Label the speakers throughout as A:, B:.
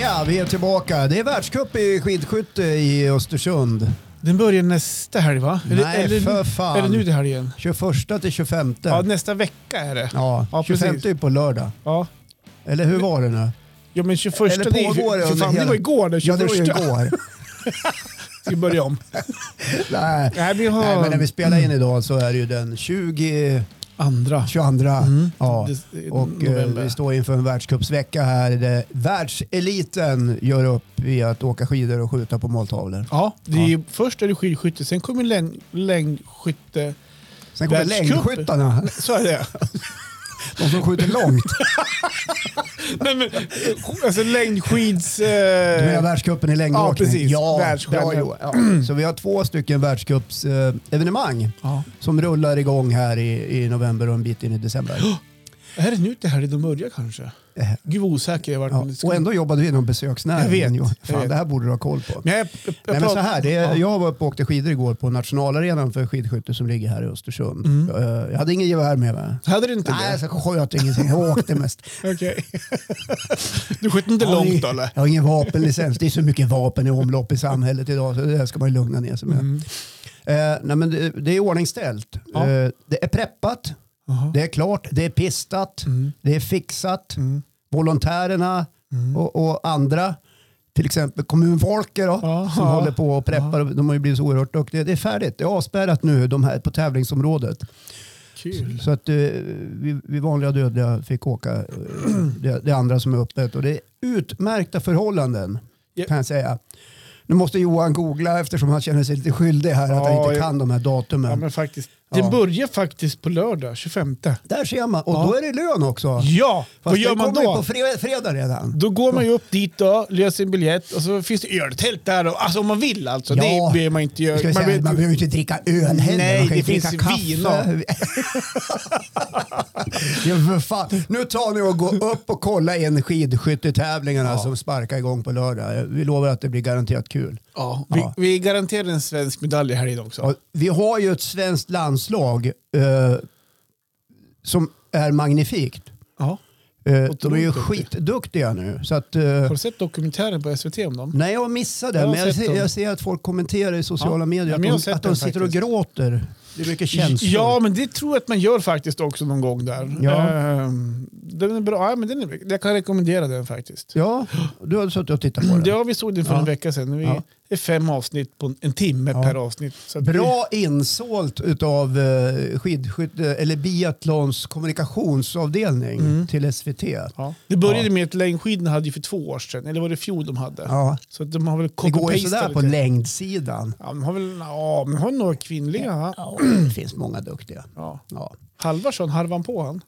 A: Ja, vi är tillbaka. Det är världscup i skidskytte i Östersund.
B: Den börjar nästa helg va?
A: Nej, för fan.
B: Är det nu det här igen?
A: 21 till 25.
B: Ja, nästa vecka är det.
A: Ja,
B: Ja,
A: 25
B: precis.
A: är ju på lördag.
B: Ja.
A: Eller hur var det nu?
B: Ja men 21
A: Eller pågår det
B: det, är- för
A: under
B: fan, det
A: hela-
B: var igår den 21.
A: Ja, det var ju igår.
B: Ska vi börja om?
A: Nej.
B: Nej, vi har
A: Nej, men när vi spelar in idag så är det ju den 20,
B: andra.
A: 22.
B: Mm.
A: Ja.
B: Det-
A: Och eh,
B: november.
A: vi står inför en världscupsvecka här där världseliten gör upp i att åka skidor och skjuta på måltavlor.
B: Ja, det är, först är det skidskytte, sen kommer läng, längdskytte.
A: Sen kommer
B: Världscup.
A: längdskyttarna,
B: Så är det.
A: de som skjuter långt.
B: Nej, men, alltså längdskids...
A: Du menar
B: Eh,
A: världscupen i längdåkning?
B: Ja, precis.
A: Ja,
B: Världscupen.
A: bra, Johan. ja. Så vi har två stycken världscupsevenemang eh,
B: ja.
A: som rullar igång här i, i november och en bit in i december.
B: Är det nu det här de börjar kanske?
A: Eh,
B: Gud vad osäker jag har
A: Ja.
B: varit.
A: Och ändå jobbade vi inom besöksnäringen.
B: Jag vet,
A: Johan.
B: jag
A: Fan,
B: vet.
A: det här borde du ha koll på.
B: Men jag, jag, jag,
A: Nej, men så
B: pratar-
A: här, det är,
B: ja.
A: Jag var uppe och åkte skidor igår på nationalarenan för skidskytte som ligger här i Östersund.
B: Mm.
A: Eh, Jag hade ingen gevär med mig.
B: Hade du inte
A: Nej, alltså-
B: det?
A: jag sköt ingenting. Jag åkte mest.
B: Okej. du sköt inte
A: Jag har
B: långt
A: ing-
B: eller?
A: Jag har ingen vapenlicens. Det är så mycket vapen i omlopp i samhället idag så det här ska man ju lugna ner sig med.
B: Mm.
A: Eh, nej, men det, det är ordningställt.
B: Ja.
A: Eh, det är preppat,
B: Jaha.
A: det är klart, det är pistat,
B: Mm.
A: det är fixat.
B: Mm.
A: Volontärerna och, och andra, till exempel kommunfolket då,
B: Ja.
A: som håller på och preppar. De har ju blivit så oerhört duktiga. Det är färdigt, det är avspärrat nu de här på tävlingsområdet.
B: Kul.
A: Så att eh, vi, vi vanliga dödliga fick åka eh, det, det andra som är öppet och det är utmärkta förhållanden
B: Ja.
A: kan jag säga. Nu måste Johan googla eftersom han känner sig lite skyldig här att han
B: Ja,
A: inte
B: jag-
A: kan de här datumen.
B: Ja, men faktiskt.
A: Ja.
B: Den börjar faktiskt på lördag 25.
A: Där ser man och
B: Ja.
A: då är det lön också.
B: Ja, vad
A: Fast
B: gör
A: det
B: man
A: kommer ju
B: då?
A: på fre- fredag redan.
B: Då går man ju upp dit då, löser en biljett och så finns det öltält där. Och, alltså om man vill alltså.
A: Ja.
B: Det behöver man inte göra.
A: Ska vi
B: Man
A: säga, man,
B: vet-
A: behöver ju inte dricka öl heller.
B: Nej,
A: man kan ju
B: det
A: dricka
B: finns
A: kaffe.
B: vin
A: ja, för fan. Nu tar ni och går upp och kolla in skidskyttetävlingarna som sparkar igång på lördag. Vi lovar att det blir garanterat kul.
B: ja, vi,
A: Ja.
B: vi garanterar en svensk medalj här idag också.
A: Ja, vi har ju ett svenskt landslag eh, som är magnifikt.
B: Ja.
A: Eh, de är ju
B: Otroligt
A: skitduktiga nu. Så att, eh,
B: Har du sett dokumentären på SVT om dem?
A: nej, jag missade
B: Jag
A: det. Men
B: har
A: jag
B: sett
A: ser,
B: dem.
A: jag ser att folk kommenterar i sociala
B: Ja,
A: medier
B: men jag har
A: att de,
B: sett
A: att de
B: den
A: sitter och
B: faktiskt.
A: gråter. Det är mycket känslor.
B: Ja, men det tror jag att man gör faktiskt också någon gång där.
A: Ja.
B: Ehm, den är bra. Ja, men den är, jag kan rekommendera den faktiskt.
A: Ja, du har suttit och tittat på det.
B: Ja, Mm, vi såg den för
A: Ja.
B: en vecka sedan. Vi,
A: Ja.
B: Det är fem avsnitt på en, en timme
A: Ja.
B: per avsnitt. Så att
A: Bra insålt utav eh, skidskytte eller biathlons kommunikationsavdelning
B: Mm.
A: till SVT. Ja.
B: Det, ja. det började
A: Ja.
B: med att längdskidorna hade ju för två år sedan, eller var det i fjol de hade? Så att de har väl
A: Det går ju
B: copy-pastat
A: sådär på
B: lite.
A: längdsidan.
B: Ja, de har väl ja, men har några kvinnliga. Ja.
A: Ja, det finns många duktiga. Ja.
B: Halvarsson, harvan på han?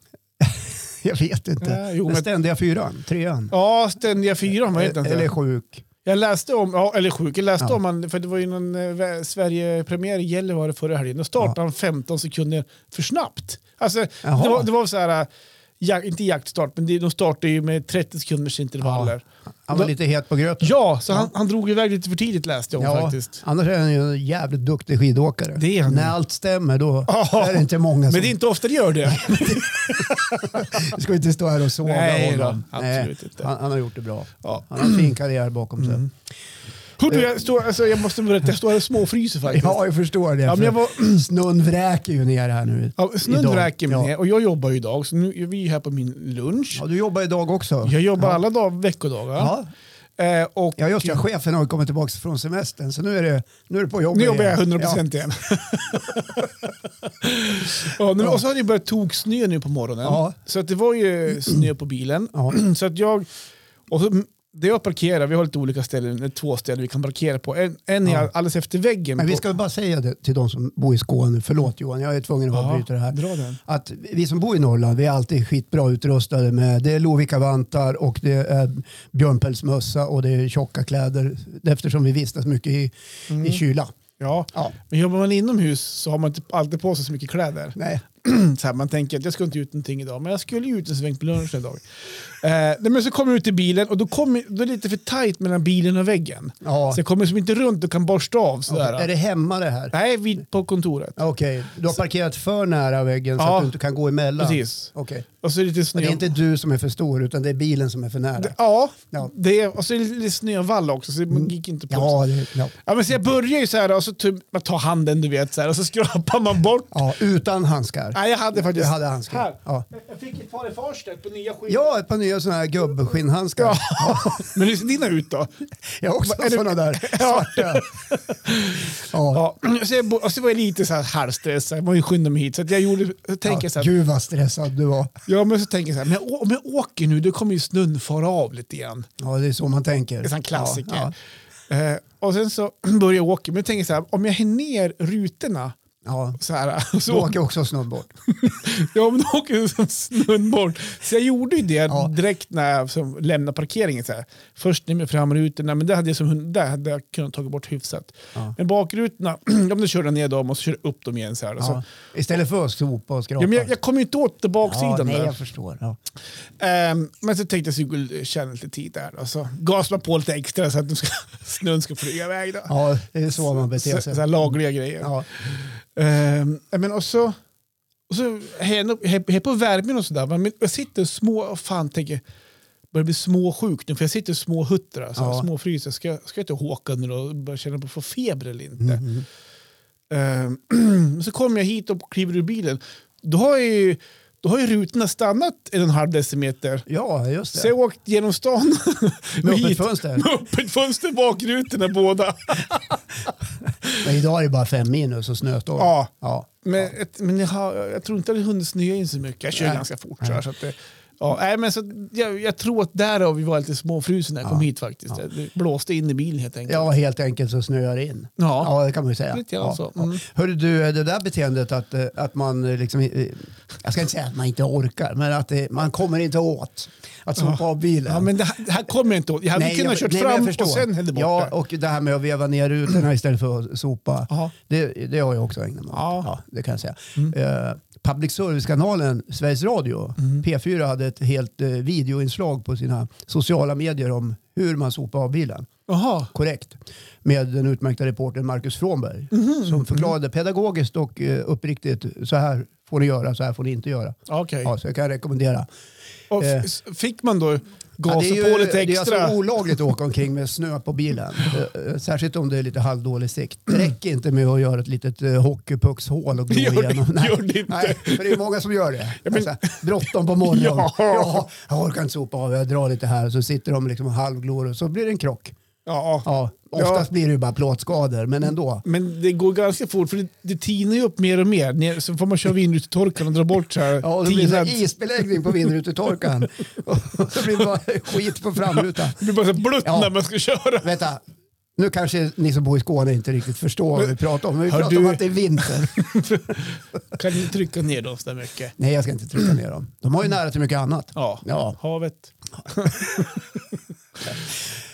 A: Jag vet inte.
B: Ja, jo,
A: Den
B: men,
A: ständiga fyran, trean.
B: ja, ständiga fyran, vad heter
A: Eller
B: han?
A: sjuk.
B: Jag läste om, ja, eller sjuk, jag läste
A: Ja.
B: om han, för det var ju någon eh, vä- Sverige-premiär i Gällivare förra helgen. Då startade han 15 sekunder för snabbt. Alltså, det
A: Jaha.
B: var, det var så här, eh, jak, inte jaktstart, men det- de startade ju med 30 sekunders intervaller.
A: Han var
B: Då-
A: lite het på gröten.
B: Ja, så han, han drog iväg lite för tidigt läste jag om faktiskt.
A: annars är han ju en jävligt duktig skidåkare.
B: Det är han.
A: När allt stämmer då
B: Ja.
A: är det inte många
B: Men
A: som...
B: det är inte ofta det gör det.
A: Vi ska inte stå här och såga
B: Nej då,
A: honom.
B: absolut inte.
A: Han, han har gjort det bra.
B: Ja. Mm.
A: Han har en fin karriär bakom sig.
B: Hör du, jag, står, alltså, jag måste berätta, jag står här och småfryser faktiskt.
A: Ja, jag förstår det.
B: Ja, men jag var,
A: Snön vräker ju ner här nu.
B: ja, snön
A: Idag.
B: vräker mig
A: Ja.
B: ner och jag jobbar ju idag, så nu är vi ju här på min lunch.
A: Ja, du jobbar idag också.
B: Jag jobbar alla dag, veckodagar.
A: Ja,
B: Eh, och
A: ja just det. Chefen har ju kommit tillbaka från semestern så nu är det, nu är det på jobbet
B: Nu jobbar jag 100%
A: Ja.
B: igen. ja, nu, och så har det börjat toksnö nu på morgonen.
A: Ja.
B: Så att det var ju snö på bilen.
A: Ja.
B: Så att jag... Och så, mm, det jag parkerar, vi har lite olika ställen, två ställen vi kan parkera på. En, en är
A: Ja.
B: alldeles efter väggen.
A: Men vi
B: på-
A: ska väl bara säga det till de som bor i Skåne. Förlåt Johan, jag är tvungen att
B: Ja,
A: avbryta det här.
B: Dra den.
A: Att vi som bor i Norrland, vi är alltid skitbra utrustade med det är Lovikkavantar och det är björnpälsmössa och det är tjocka kläder eftersom vi vistas mycket i, i kyla.
B: Ja.
A: Ja.
B: Men jobbar man inomhus så har man inte alltid på sig så mycket kläder.
A: Nej.
B: så här, man tänker att jag ska inte ut någonting idag, men jag skulle ju ut en sväng på lunchen idag. Eh, nej, men så kommer jag ut i bilen och då, kommer, då är det lite för tajt mellan bilen och väggen.
A: Ja.
B: Så jag kommer som inte runt och kan borsta av sådär.
A: Är det hemma det här?
B: Nej, vid, på kontoret.
A: Okej, du har parkerat för nära väggen så
B: Ja.
A: att du inte kan gå emellan.
B: Precis.
A: Okej.
B: Och så är det lite
A: Och
B: snö.
A: det är inte du som är för stor utan det är bilen som är för nära.
B: Ja,
A: Ja. Mm.
B: Det är, och så är det lite snövall också så man gick inte på.
A: Ja, det, ja.
B: Ja, men så jag börjar ju så här och så typ, man tar handen du vet så här, och så skrapar man bort.
A: ja, utan handskar.
B: Nej, jag hade
A: Du
B: faktiskt...
A: hade handskar.
B: Här.
A: Ja.
B: Jag fick ett par i Farstedt på nya skidor.
A: ja, ett par nya sådana här gubbskinnhandskar.
B: Ja. men hur ser dina ut då?
A: Jag har också
B: Är det-
A: sådana där
B: Ja.
A: svarta. Ja.
B: Ja. Så jag, bo- och så var jag lite så här halvstressad, jag var ju skynda mig hit. Så att jag gjorde, jag tänker så här,
A: Gud vad stressad du var.
B: ja, men så tänker jag så här, men jag, å- om jag åker nu då kommer ju snön fara av lite igen.
A: Ja, det är så man tänker.
B: Det är en sån klassiker.
A: Ja,
B: Eh, och sen så börjar jag åka, men jag tänker så här, om jag hänger ner rutorna
A: ja.
B: så här, och
A: ja.
B: så
A: Då åker också snowboard.
B: Ja, men då åker jag som snön bort. Så jag gjorde ju det
A: Ja.
B: direkt när jag som lämnade parkeringen. Så här. Först ner med framrutorna, men det hade jag, som, hund- där hade jag kunnat ta bort hyfsat.
A: Ja.
B: Men bakrutorna, ja, men då körde jag ner dem och så körde jag upp dem igen. Så här, och så.
A: Ja.
B: Ja.
A: Istället för att sopa och skrapa.
B: men jag, jag kom ju inte åt det baksidan
A: ja, nej,
B: där.
A: jag förstår. Ja.
B: Ehm, men så tänkte jag att jag skulle tjäna lite tid där. Och så gasade på lite extra så att de ska, snön ska flyga iväg. Då.
A: ja, det är så man beter
B: så, så här
A: sig.
B: lagliga grejer.
A: Ja.
B: Ehm, ja, men och så, och så här, upp- här, här på värmen och sådär. Men jag sitter små och fan tänker, börjar bli småsjuk nu för jag sitter i små huttrar, alltså,
A: Ja.
B: småfryser. Ska, ska jag inte åka nu då och börja känna på att få feber eller inte?
A: Mhm.
B: Ehm, så kommer jag hit och kliver ur bilen. Då har ju, då har ju rutorna stannat en och en halv decimeter.
A: ja, just
B: Så
A: det.
B: jag har åkt genom stan
A: Med
B: och
A: öppet
B: hit.
A: fönster.
B: Med öppet fönster bakrutorna båda.
A: Men idag är det bara fem minus och snöstorm.
B: Ja.
A: Ja.
B: Men, ett, men jag, har, jag tror inte det hunnit snöa in så mycket. Jag kör
A: Nej.
B: ganska fort. Så,
A: Nej.
B: här, så att det, ja, nej, men så, att jag, jag tror att därav vi var lite småfrusen när jag kom
A: Ja.
B: hit faktiskt. Det blåste in i bilen helt enkelt.
A: ja, helt enkelt så snöar det in.
B: Ja.
A: Ja, det kan man ju säga.
B: Lite grann
A: ja,
B: så.
A: ja.
B: Mm.
A: Hörru du, det där beteendet att, eh, att man eh, liksom, eh, jag ska inte säga att man inte orkar, men att det, man kommer inte åt att sopa av bilen.
B: Ja, men det, här- det här kommer jag inte åt. Jag hade kunnat kört
A: nej, men jag
B: fram
A: förstår.
B: och sen hällde bort
A: Ja,
B: det.
A: och det här med att veva ner rutorna istället för att sopa.
B: Ja.
A: Det, det har jag också ägnat mig åt.
B: Ja. Mm.
A: Ja, det kan jag säga. Eh, public service-kanalen Sveriges Radio,
B: Mm.
A: P4, hade ett helt eh, videoinslag på sina sociala medier om hur man sopar av bilen.
B: Jaha.
A: Korrekt. Med den utmärkta reportern Marcus Frånberg
B: Mhm.
A: som förklarade pedagogiskt och eh, uppriktigt så här får ni göra, så här får ni inte göra.
B: Okej.
A: Ja, så jag kan rekommendera.
B: Och f-
A: eh.
B: s- Fick man då
A: Ja,
B: gasa
A: det är
B: på lite
A: Det är
B: extra?
A: alltså olagligt att åka omkring med snö på bilen. Eh, eh, Särskilt om det är lite halvdålig sikt. Det räcker inte med att göra ett litet eh, hockeypuckshål och gå
B: Gör det-
A: igenom.
B: gör det inte.
A: Nej, för det är många som gör det.
B: Ja, men-
A: Alltså, bråttom på morgonen.
B: Ja.
A: ja, jag orkar inte sopa av, jag drar lite här. Så sitter de liksom halvglor och så blir det en krock.
B: ja.
A: Ja, oftast
B: Ja.
A: blir det ju bara plåtskador, men ändå.
B: Men det går ganska fort för det, det tinar ju upp mer och mer. Ner, så får man köra vindrutetorkaren och dra bort så här
A: Ja, och det blir det så
B: tinad-
A: här isbeläggning på vindrutetorkaren. Och så blir det bara skit på framrutan.
B: det blir bara så här blött
A: Ja.
B: när man ska köra.
A: Vänta, nu kanske ni som bor i Skåne inte riktigt förstår vad vi pratar om. Men vi
B: Hör
A: pratar
B: du-
A: om att det är vinter.
B: Kan ni trycka ner dem så där mycket?
A: Nej, jag ska inte trycka ner dem. De har ju nära till mycket annat.
B: Ja.
A: Ja,
B: Havet.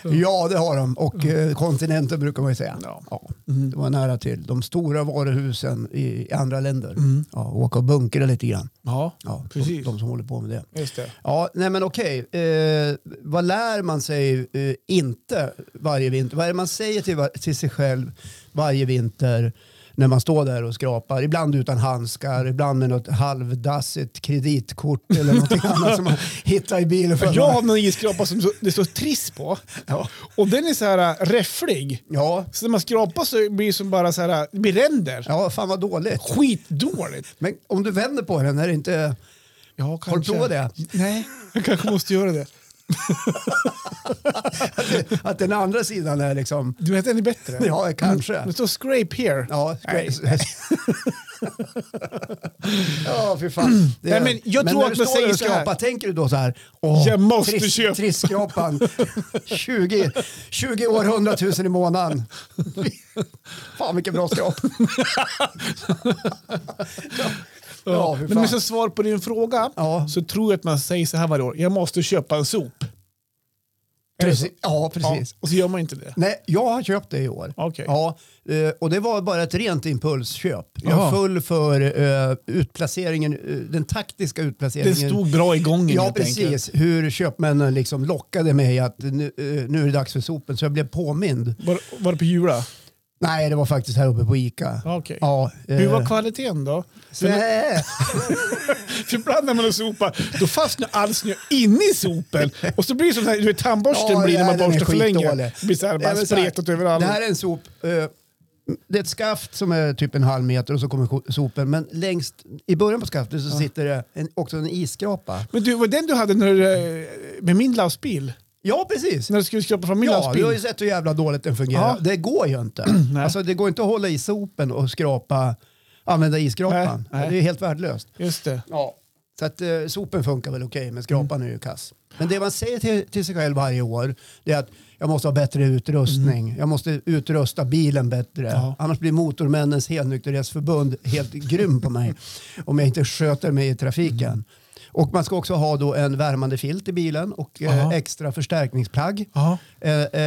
A: ja det har de. Och eh, kontinenten brukar man ju säga.
B: Mm. Ja. Mm.
A: Ja. De har nära till de stora varuhusen i, i andra länder. Ja, åka och bunkra lite grann.
B: Ja,
A: Ja, de,
B: Mm. precis.
A: de som håller på med det.
B: Just det.
A: Ja, nej men okej. Eh, vad lär man sig eh, inte varje vinter? Vad är det man säger till, var- till sig själv varje vinter när man står där och skrapar? Ibland utan handskar, ibland med något halvdassigt kreditkort eller något annat som man hittar i bilen. För att
B: Jag
A: man-
B: har någon isskrapa som så- det står Triss på.
A: Ja.
B: Och den är så här äh, räfflig.
A: Ja.
B: Så när man skrapar så blir det som bara så här, äh, det blir ränder.
A: ja, fan vad dåligt.
B: Skitdåligt.
A: Men om du vänder på den, är det inte...
B: Ja,
A: Har du provat det?
B: Nej, jag kanske måste göra det.
A: Att, det- att den andra sidan är liksom...
B: Du vet, den är bättre.
A: Ja, kanske.
B: Det står scrape here.
A: Ja,
B: Nej.
A: ja fy fan. Det-
B: Nej, men jag tror
A: när
B: att
A: du
B: man
A: står där
B: säger
A: och
B: så här.
A: skrapar, tänker du då så här? Åh,
B: Jag måste köpa.
A: Trisskrapan. 20, 20 år, 100 000 i månaden. fan vilken bra skrap. ja, ja, fy
B: Men
A: fan.
B: med som svar på din fråga
A: Ja.
B: så tror jag att man säger så här varje år. Jag måste köpa en sop. Är det så?
A: Precis. Ja,
B: Ja,
A: precis.
B: och så gör man inte det.
A: Nej, jag har köpt det i år.
B: Okej.
A: Ja, eh, och det var bara ett rent impulsköp.
B: Jaha.
A: Jag föll för eh, utplaceringen, eh, den taktiska
B: Det
A: utplaceringen.
B: stod bra i gången
A: Ja,
B: helt enkelt.
A: precis. Hur köpmännen liksom lockade mig att nu, eh, nu är det dags för sopen. Så jag blev påmind.
B: Var, var det på Jula?
A: Nej, det var faktiskt här uppe på Ica.
B: Ja, Okej.
A: Ja, eh,
B: Hur var kvaliteten då? För, när-
A: nej.
B: för ibland när man sopar, då fastnar all snö inne i sopen. Och så blir det som den här, du vet, tandborsten
A: Ja,
B: blir när man
A: nej, den är
B: borstar för länge.
A: skitdålig.
B: Det blir så här, bara
A: Nej, men så här,
B: spretat överallt.
A: Det här är en sop. eh, Det är ett skaft som är typ en halv meter och så kommer ko- sopen. Men längst i början på skaftet så sitter det en, också en isskrapa.
B: Men du, var det den du hade när du, eh, med min lastbil?
A: Ja, precis.
B: När du skulle skrapa fram min
A: Ja,
B: lastbil?
A: du har ju sett hur jävla dåligt den fungerar.
B: Ja.
A: Det går ju inte.
B: Nej.
A: alltså, det går inte att hålla i sopen och skrapa, använda isskrapan.
B: Nej, nej.
A: Det är helt värdelöst.
B: Just det.
A: Ja. Mm. Så att eh, sopen funkar väl okej, men skrapan är ju kass. Men det man säger till, till sig själv varje år det är att jag måste ha bättre utrustning. Jag måste utrusta bilen bättre.
B: Ja.
A: Annars blir Motormännens helnykterhetsförbund helt grym på mig om jag inte sköter mig i trafiken. Och man ska också ha då en värmande filt i bilen och eh,
B: Jaha.
A: extra förstärkningsplagg.
B: Ja,
A: Eh, eh,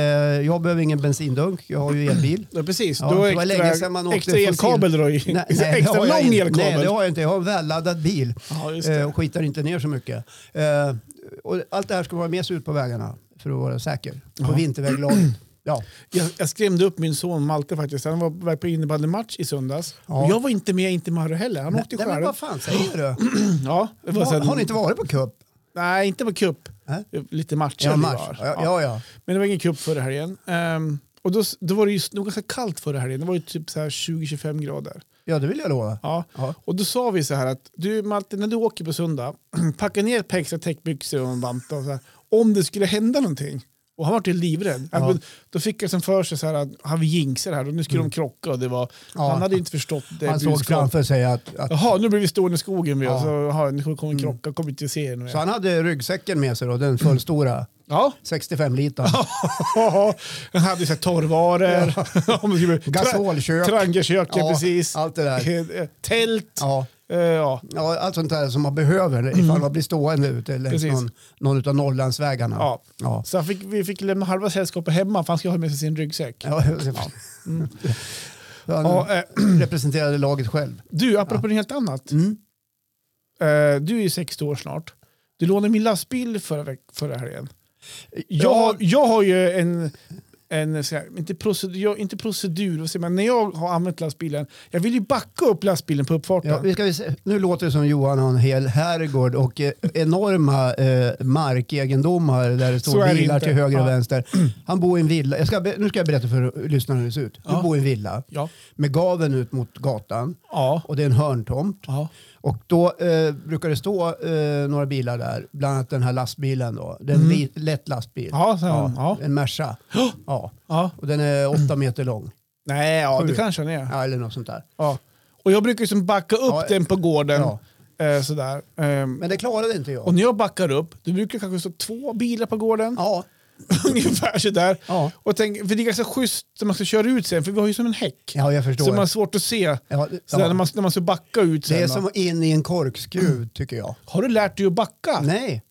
A: jag behöver ingen bensindunk, jag har ju elbil.
B: ja precis.
A: Ja,
B: då
A: det var länge
B: extra,
A: sedan man åkte
B: extra
A: fossil-
B: elkabel då? I,
A: Nej,
B: extra
A: nej, det har jag
B: lång
A: inte.
B: elkabel?
A: Nej, det har jag inte. Jag har en välladdad bil
B: Ja, just
A: eh,
B: det.
A: och skitar inte ner så mycket. Eh, och allt det här ska vara med sig ut på vägarna för att vara säker. På
B: Ja.
A: vinterväglaget. Ja.
B: Jag, jag skrämde upp min son Malte faktiskt. Han var på väg på innebandymatch i söndags.
A: Ja.
B: Och jag var inte med, inte Marre heller. Han åkte
A: Nej, men
B: själv.
A: vad fan säger du?
B: Ja, det var
A: Har,
B: sen,
A: har ni inte varit på cup?
B: Nej, inte på cup.
A: Nej.
B: Lite matcher
A: Äh? Ja,
B: vi
A: mars.
B: var.
A: Ja, ja, ja.
B: Men det var ingen cup förra helgen. Ehm, och då, då var det ju nog ganska kallt förra helgen. Det var ju typ så här 20-25 grader.
A: ja, det vill jag lova.
B: Ja.
A: Ja.
B: Och då sa vi så här att du Malte, när du åker på söndag, packa ner ett par extra täckbyxor och en vanta. Och så här, om det skulle hända någonting. Och han var ju livrädd.
A: Ja. Mm.
B: men Då fick jag sen för sig så här att han vill jinxa det här och nu skulle de krocka. Och det var,
A: Ja.
B: Han hade inte förstått det
A: Han såg
B: budskapet.
A: framför sig att, att
B: Jaha, nu blir vi stående i skogen. Ja.
A: Ja. Mm.
B: Och så, jaha, nu kommer en krocka, kommer inte se er nu.
A: så han hade ryggsäcken med sig då, den fullstora.
B: Ja,
A: 65 liter.
B: han hade så här torrvaror, Om det skulle bli-
A: Gasolkök.
B: trangerkök, ja,
A: Ja,
B: precis.
A: Allt det där.
B: Eh, Tält.
A: Ja.
B: Eh, Ja.
A: Ja, allt sånt där som man behöver ifall man blir stående ute längs
B: Mm. Precis.
A: någon, någon av Norrlandsvägarna.
B: Ja.
A: Ja.
B: Så han fick, vi fick lämna halva sällskapet hemma för han skulle ha med sig sin ryggsäck.
A: Ja, ja. Han
B: Mm. Ja, eh,
A: representerade laget själv.
B: du, apropå något helt annat.
A: Mm.
B: Eh, Du är ju 60 år snart. Du lånade min lastbil förra, veck- förra helgen. Jag,
A: Eh, Ja.
B: jag har ju en, en så här, inte, procedur, jag, inte procedur, vad säger man, när jag har använt lastbilen, jag vill ju backa upp lastbilen på uppfarten.
A: Ja, vi ska, se- nu låter det som Johan har en hel herrgård och eh, enorma eh, markegendomar där det
B: Så är
A: står
B: det
A: bilar
B: inte.
A: till höger
B: Ja.
A: och vänster. Han bor i en villa. Jag ska, be- nu ska jag berätta för lyssnarna hur det ser ut. Du
B: Ja.
A: bor i en villa
B: Ja.
A: med gaven ut mot gatan
B: Ja.
A: och det är en hörntomt.
B: ja.
A: Och då eh, brukar det stå eh, några bilar där, bland annat den här lastbilen då. Det är en li- lätt lastbil.
B: Mm. Ja, så- ja.
A: En Merca. Ja.
B: ja.
A: Och den är åtta meter lång.
B: Nej, ja, det
A: Sju.
B: kanske han är.
A: Ja, eller något sånt där.
B: Ja. Och jag brukar ju som backa upp
A: Ja,
B: den på gården.
A: ja.
B: Eh, sådär. Ehm,
A: Men det klarade inte jag.
B: Och när jag backar upp, då brukar det kanske stå två bilar på gården.
A: Ja,
B: Ungefär sådär.
A: ja.
B: Och tänk, för det är ganska schysst när man ska köra ut sen, för vi har ju som en häck.
A: ja jag
B: så
A: förstår.
B: man har svårt att se
A: ja, det-
B: sådär,
A: ja.
B: när, man, Mm. när man ska backa ut sen.
A: Det är
B: va?
A: som att in i en korkskruv tycker jag.
B: Har du lärt dig att backa?
A: Nej,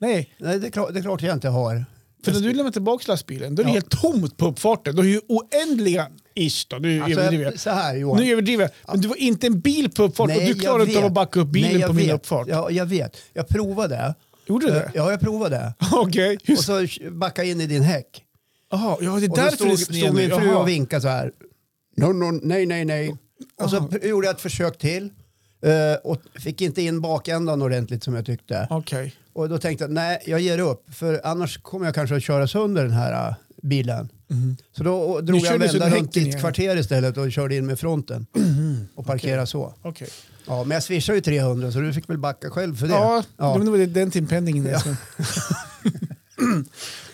B: Nej.
A: Nej det, är klart, det är klart jag inte har.
B: För när du lämnar tillbaka lastbilen, då är det
A: Ja.
B: helt tomt på uppfarten. Då är det ju oändliga ish då. Nu
A: Alltså,
B: överdriver jag.
A: jag, så här Johan.
B: Nu överdriver jag. Men det var inte en bil på uppfarten.
A: Nej,
B: du klarade
A: jag
B: inte av
A: vet.
B: att backa upp bilen
A: Nej, jag
B: på min
A: vet.
B: uppfart.
A: Ja, jag vet. Jag provade.
B: Gjorde du det?
A: Ja, jag provade.
B: Okej. Okay.
A: Och så backade jag in i din häck.
B: Ja, det är
A: Eh, Och då
B: därför det är
A: stod,
B: sned
A: stod
B: nu.
A: min fru
B: Jaha.
A: och vinkade så här. No, no, nej, nej, nej. Och så p- gjorde jag ett försök till. eh, Och fick inte in bakändan ordentligt som jag tyckte.
B: Okej.
A: Och då tänkte jag, nej jag ger upp. För annars kommer jag kanske att köra sönder den här eh, bilen. Så då och, drog
B: Mhm. Ni
A: jag en
B: körde sönder
A: vända runt
B: häcken
A: ditt
B: igen.
A: kvarter istället och körde in med fronten. Och parkerade så.
B: Mhm. Okej.
A: Ja, men jag swishade ju 300 så du fick väl backa själv för det.
B: Ja,
A: Ja.
B: det var den timpenningen. Ja.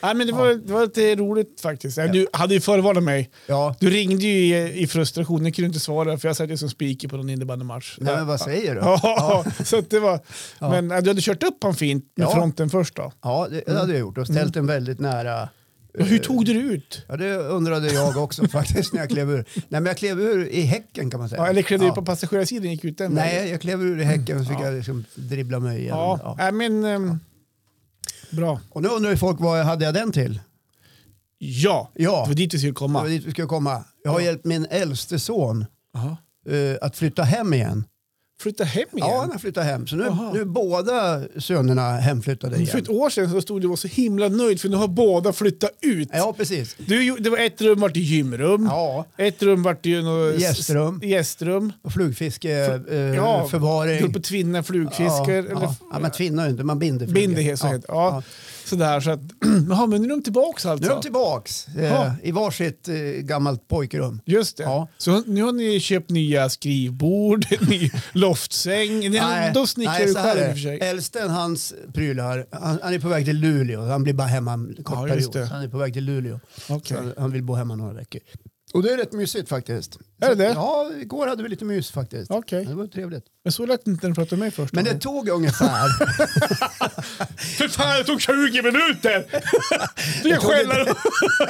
B: Nej, men det, var, det var lite roligt faktiskt. Du hade ju förvarnat mig.
A: ja.
B: Du ringde ju i, i frustration, nu kunde du inte svara för jag satt ju som speaker på någon innebandymatch.
A: Nej, men vad säger du?
B: Ja, så att det var...
A: Ja.
B: Men äh, du hade kört upp han fint med
A: Ja.
B: fronten först då.
A: Ja, det, det hade jag gjort och
B: Mm.
A: ställt den väldigt nära.
B: Och
A: Eh.
B: hur tog du det ut?
A: Ja, det undrade jag också faktiskt när jag klev ur. Nej, men jag klev ur i häcken kan man säga.
B: Ja, eller klev du
A: Ja.
B: ut på passagerarsidan och gick ut den vägen?
A: Nej, jag klev ur i häcken och så fick
B: Ja.
A: jag liksom dribbla mig igenom.
B: Ja,
A: Ja.
B: Nej, men... ehm, Bra.
A: Och nu undrar ju folk vad hade jag den till?
B: Ja,
A: Ja,
B: det var dit vi skulle
A: det var
B: komma.
A: dit vi skulle komma. Jag har
B: Ja.
A: hjälpt min äldste son
B: Aha.
A: eh, att flytta hem igen.
B: Flytta hem igen?
A: Ja, han har flyttat hem. Så nu,
B: Aha.
A: nu är båda sönerna hemflyttade
B: För
A: igen.
B: ett år sedan så stod du och var så himla nöjd för nu har båda flyttat ut.
A: Ja, precis.
B: Du, gjorde- det var ett rum vart till gymrum,
A: Ja,
B: ett rum vart ju något-
A: Gästrum.
B: gästrum.
A: och flugfiske, eh,
B: ja, Du höll
A: förvaring.
B: på att tvinna flugfiskar.
A: ja,
B: eller
A: ja. ja, man tvinnar ju inte, man binder flugor.
B: Binder helt enkelt. Ja, Sådär, så att, jaha, men nu är de tillbaka
A: Nu
B: alltså?
A: är de tillbaks eh,
B: Ja.
A: i varsitt eh, gammalt pojkrum.
B: Just det.
A: Ja.
B: Så nu har ni köpt nya skrivbord, ny loftsäng. Ni har ändå snickrar
A: nej,
B: du
A: så här
B: själv
A: är
B: i och för
A: det.
B: sig.
A: Äldsten, hans prylar, han, han är på väg till Luleå. Han blir bara hemma en kort
B: Ja, just
A: period.
B: det.
A: Så han är på väg till Luleå.
B: Okej.
A: Så han- han vill bo hemma några veckor. Och det är rätt mysigt faktiskt.
B: Är det det?
A: Ja, igår hade vi lite mys faktiskt.
B: Okej.
A: Det var trevligt.
B: Men så lät inte den prata med mig först.
A: Men det tog ungefär...
B: För fan, det tog 20 minuter!
A: Jag
B: Jag
A: tog
B: skäller
A: inte-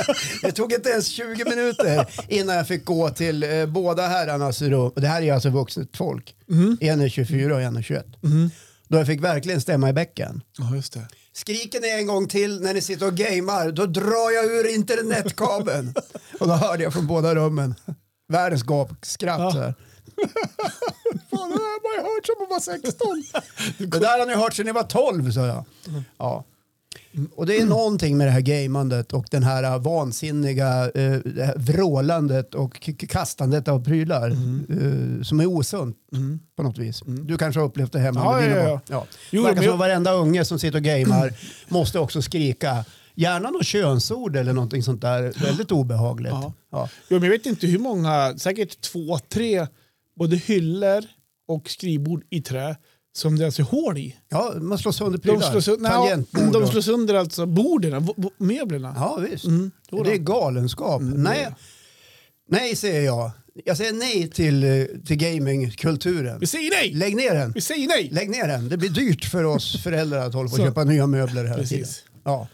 A: det tog inte ens 20 minuter innan jag fick gå till eh, båda herrarnas rum. Och Det här är alltså vuxet folk.
B: Mm.
A: En är 24 och en är 21. Då jag fick verkligen stämma i bäcken.
B: Ja, just det.
A: Skriker ni en gång till när ni sitter och gamear, då drar jag ur internetkabeln. och då hörde jag från båda rummen världens gapskratt.
B: Ja.
A: så här.
B: Fan, det här har jag hört som man var 16.
A: Det där har ni hört sedan ni var 12, sa jag. Ja. Och det är någonting med det här gamandet och den här eh, vansinniga eh, det här vrålandet och k- k- kastandet av prylar
B: Mm.
A: eh, som är osunt på något vis. Du kanske har upplevt det hemma
B: Ja,
A: med dina
B: ja, ja.
A: barn. Ja.
B: Jo,
A: Verkar
B: men
A: som
B: jag-
A: att varenda unge som sitter och gamear måste också skrika gärna något könsord eller någonting sånt där väldigt obehagligt. Ja.
B: Ja. Jo, men jag vet inte hur många, säkert två, tre, både hyllor och skrivbord i trä som det alltså är hål i.
A: Ja, man slår sönder prylar.
B: De slår, sönder, nej,
A: Tangentbord
B: de
A: och-
B: slår sönder alltså borden, v- v- möblerna.
A: Ja visst.
B: då
A: Mm. Det
B: då.
A: är galenskap. nej. nej säger jag. Jag säger nej till, eh, till gamingkulturen.
B: Vi säger nej!
A: Lägg ner den.
B: Vi säger nej!
A: Lägg ner den. Det blir dyrt för oss föräldrar att hålla på och
B: Så.
A: köpa nya möbler hela tiden.
B: Precis.
A: Ja,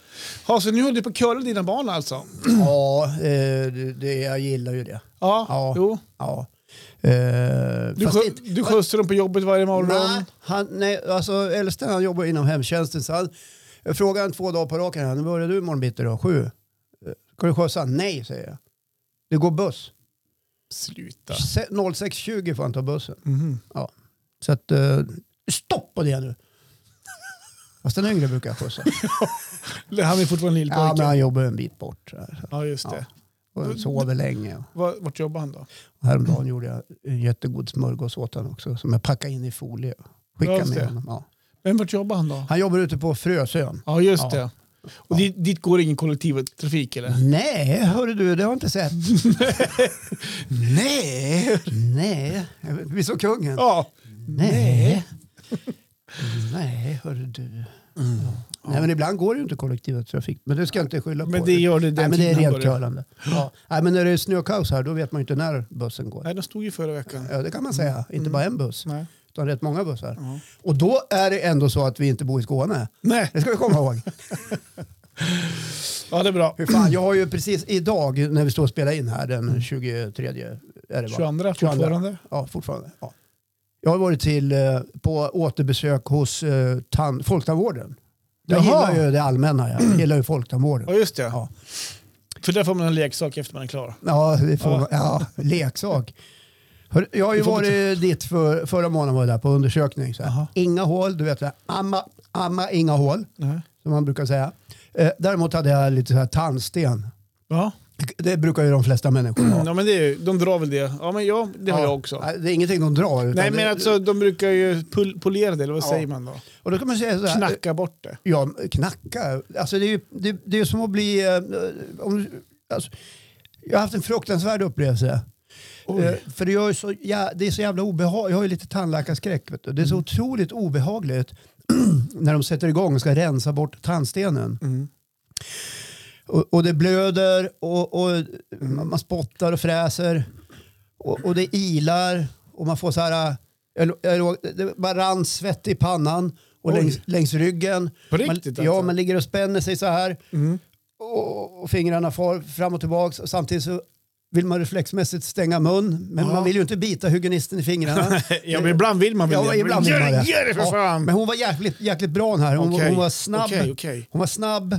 B: Ja, så nu håller du på att curla dina barn alltså?
A: ja eh, det, det, jag gillar ju det.
B: Ja,
A: Ja.
B: jo.
A: Ja. Eh,
B: Du,
A: fast
B: skö,
A: inte-
B: du skjutsar dem på jobbet varje morgon?
A: Nej, han, nej alltså, äldsten han jobbar inom hemtjänsten. Så han, jag frågade han två dagar på raken. här, När börjar du imorgon bitti då? Sju? Eh, Ska du skjutsa? Nej, säger jag. Det går buss.
B: Sluta.
A: Se- 06.20 får han ta bussen.
B: Mhm.
A: Så att, eh, stopp på det nu. Fast den yngre brukar jag skjutsa.
B: Han är fortfarande
A: ja, men
B: lillpojke.
A: han jobbar en bit bort. så här, så.
B: Ja, just det.
A: Och
B: Mm.
A: han sover länge.
B: Var, vart jobbar han då?
A: Och häromdagen gjorde jag en jättegod smörgås åt honom också som jag packade in i folie. Skickade
B: Ja,
A: med
B: se.
A: honom. Ja.
B: Men vart jobbar han då?
A: Han jobbar ute på Frösön.
B: Ja, just
A: Ja. Mm.
B: det. Och dit, dit går ingen kollektivtrafik eller?
A: Nej, hörru du, det har jag inte sett.
B: Nej!
A: Nej, vi såg kungen.
B: Ja.
A: Nej. Nej, hörru du.
B: Mm.
A: Ja. Nej, men ibland går det ju inte kollektivtrafik. Men det ska jag inte skylla på.
B: Men det gör det den
A: Nej, men det är
B: tiden han
A: rent
B: börjar.
A: körande. Ja. Nej, men när det är snökaos här då vet man ju inte när bussen går.
B: Nej, de stod ju förra veckan.
A: Ja, det kan man säga. Inte bara en buss,
B: Nej.
A: utan rätt många bussar.
B: Ja.
A: Och då är det ändå så att vi inte bor i Skåne.
B: Nej.
A: Det ska vi komma ihåg.
B: Ja, det är bra.
A: Hur fan, jag har ju precis idag när vi står och spelar in här
B: Mm.
A: den 23 är det va?
B: 22 fortfarande.
A: Ja, fortfarande. Ja. Jag har varit till, eh, på återbesök hos eh, tand, Folktandvården. Jag
B: Jaha.
A: gillar ju det allmänna, jag gillar ju
B: Ja,
A: Folktandvården.
B: just det.
A: Ja.
B: För där får man en leksak efter man är klar.
A: Ja, det får,
B: Ja.
A: ja leksak. Hör, Jag har ju
B: Du får
A: varit dit för, förra månaden var jag där på undersökning. Så här.
B: Jaha.
A: Inga hål, du vet det här. amma, amma inga hål
B: Nej.
A: som man brukar säga. Eh, däremot hade jag lite så här tandsten.
B: Ja.
A: Det brukar ju de flesta människor ha.
B: Mm. ja, men det är, ju- de drar väl det. Ja, men ja, det har
A: Ja.
B: jag också.
A: Nej, Det är ingenting de drar. utan
B: Nej, men
A: det,
B: alltså de brukar ju pol- polera det, eller vad
A: Ja.
B: säger man då?
A: och då kan man säga så här,
B: Knacka bort det.
A: Ja, knacka. Alltså det är ju det, det är som att bli... eh, Om, du- alltså, jag har haft en fruktansvärd upplevelse. Eh, För det, gör ju så, ja, det är så jävla obehagligt. Jag har ju lite tandläkarskräck. Vet du. Det är så
B: Mm.
A: otroligt obehagligt när de sätter igång och ska rensa bort tandstenen.
B: Mm.
A: Och, och det blöder och, och man, man spottar och fräser. Och, och det ilar och man får så här... eh, Jag, lå- jag, låg- det bara rann svett i pannan och
B: Oj.
A: längs, längs ryggen.
B: På riktigt
A: man, Ja,
B: alltså?
A: man ligger och spänner sig så här
B: Mm.
A: och, och fingrarna far fram och tillbaka. Och samtidigt så vill man reflexmässigt stänga mun, men
B: Ja.
A: man vill ju inte bita hygienisten i fingrarna.
B: Ja, men ibland vill man väl
A: Ja,
B: det.
A: ibland vill
B: Gör
A: man det.
B: Gör det för
A: Ja,
B: fan!
A: Men hon var jäkligt, jäkligt bra den här. Hon,
B: Okej,
A: hon var snabb.
B: okej, okej.
A: Hon var snabb,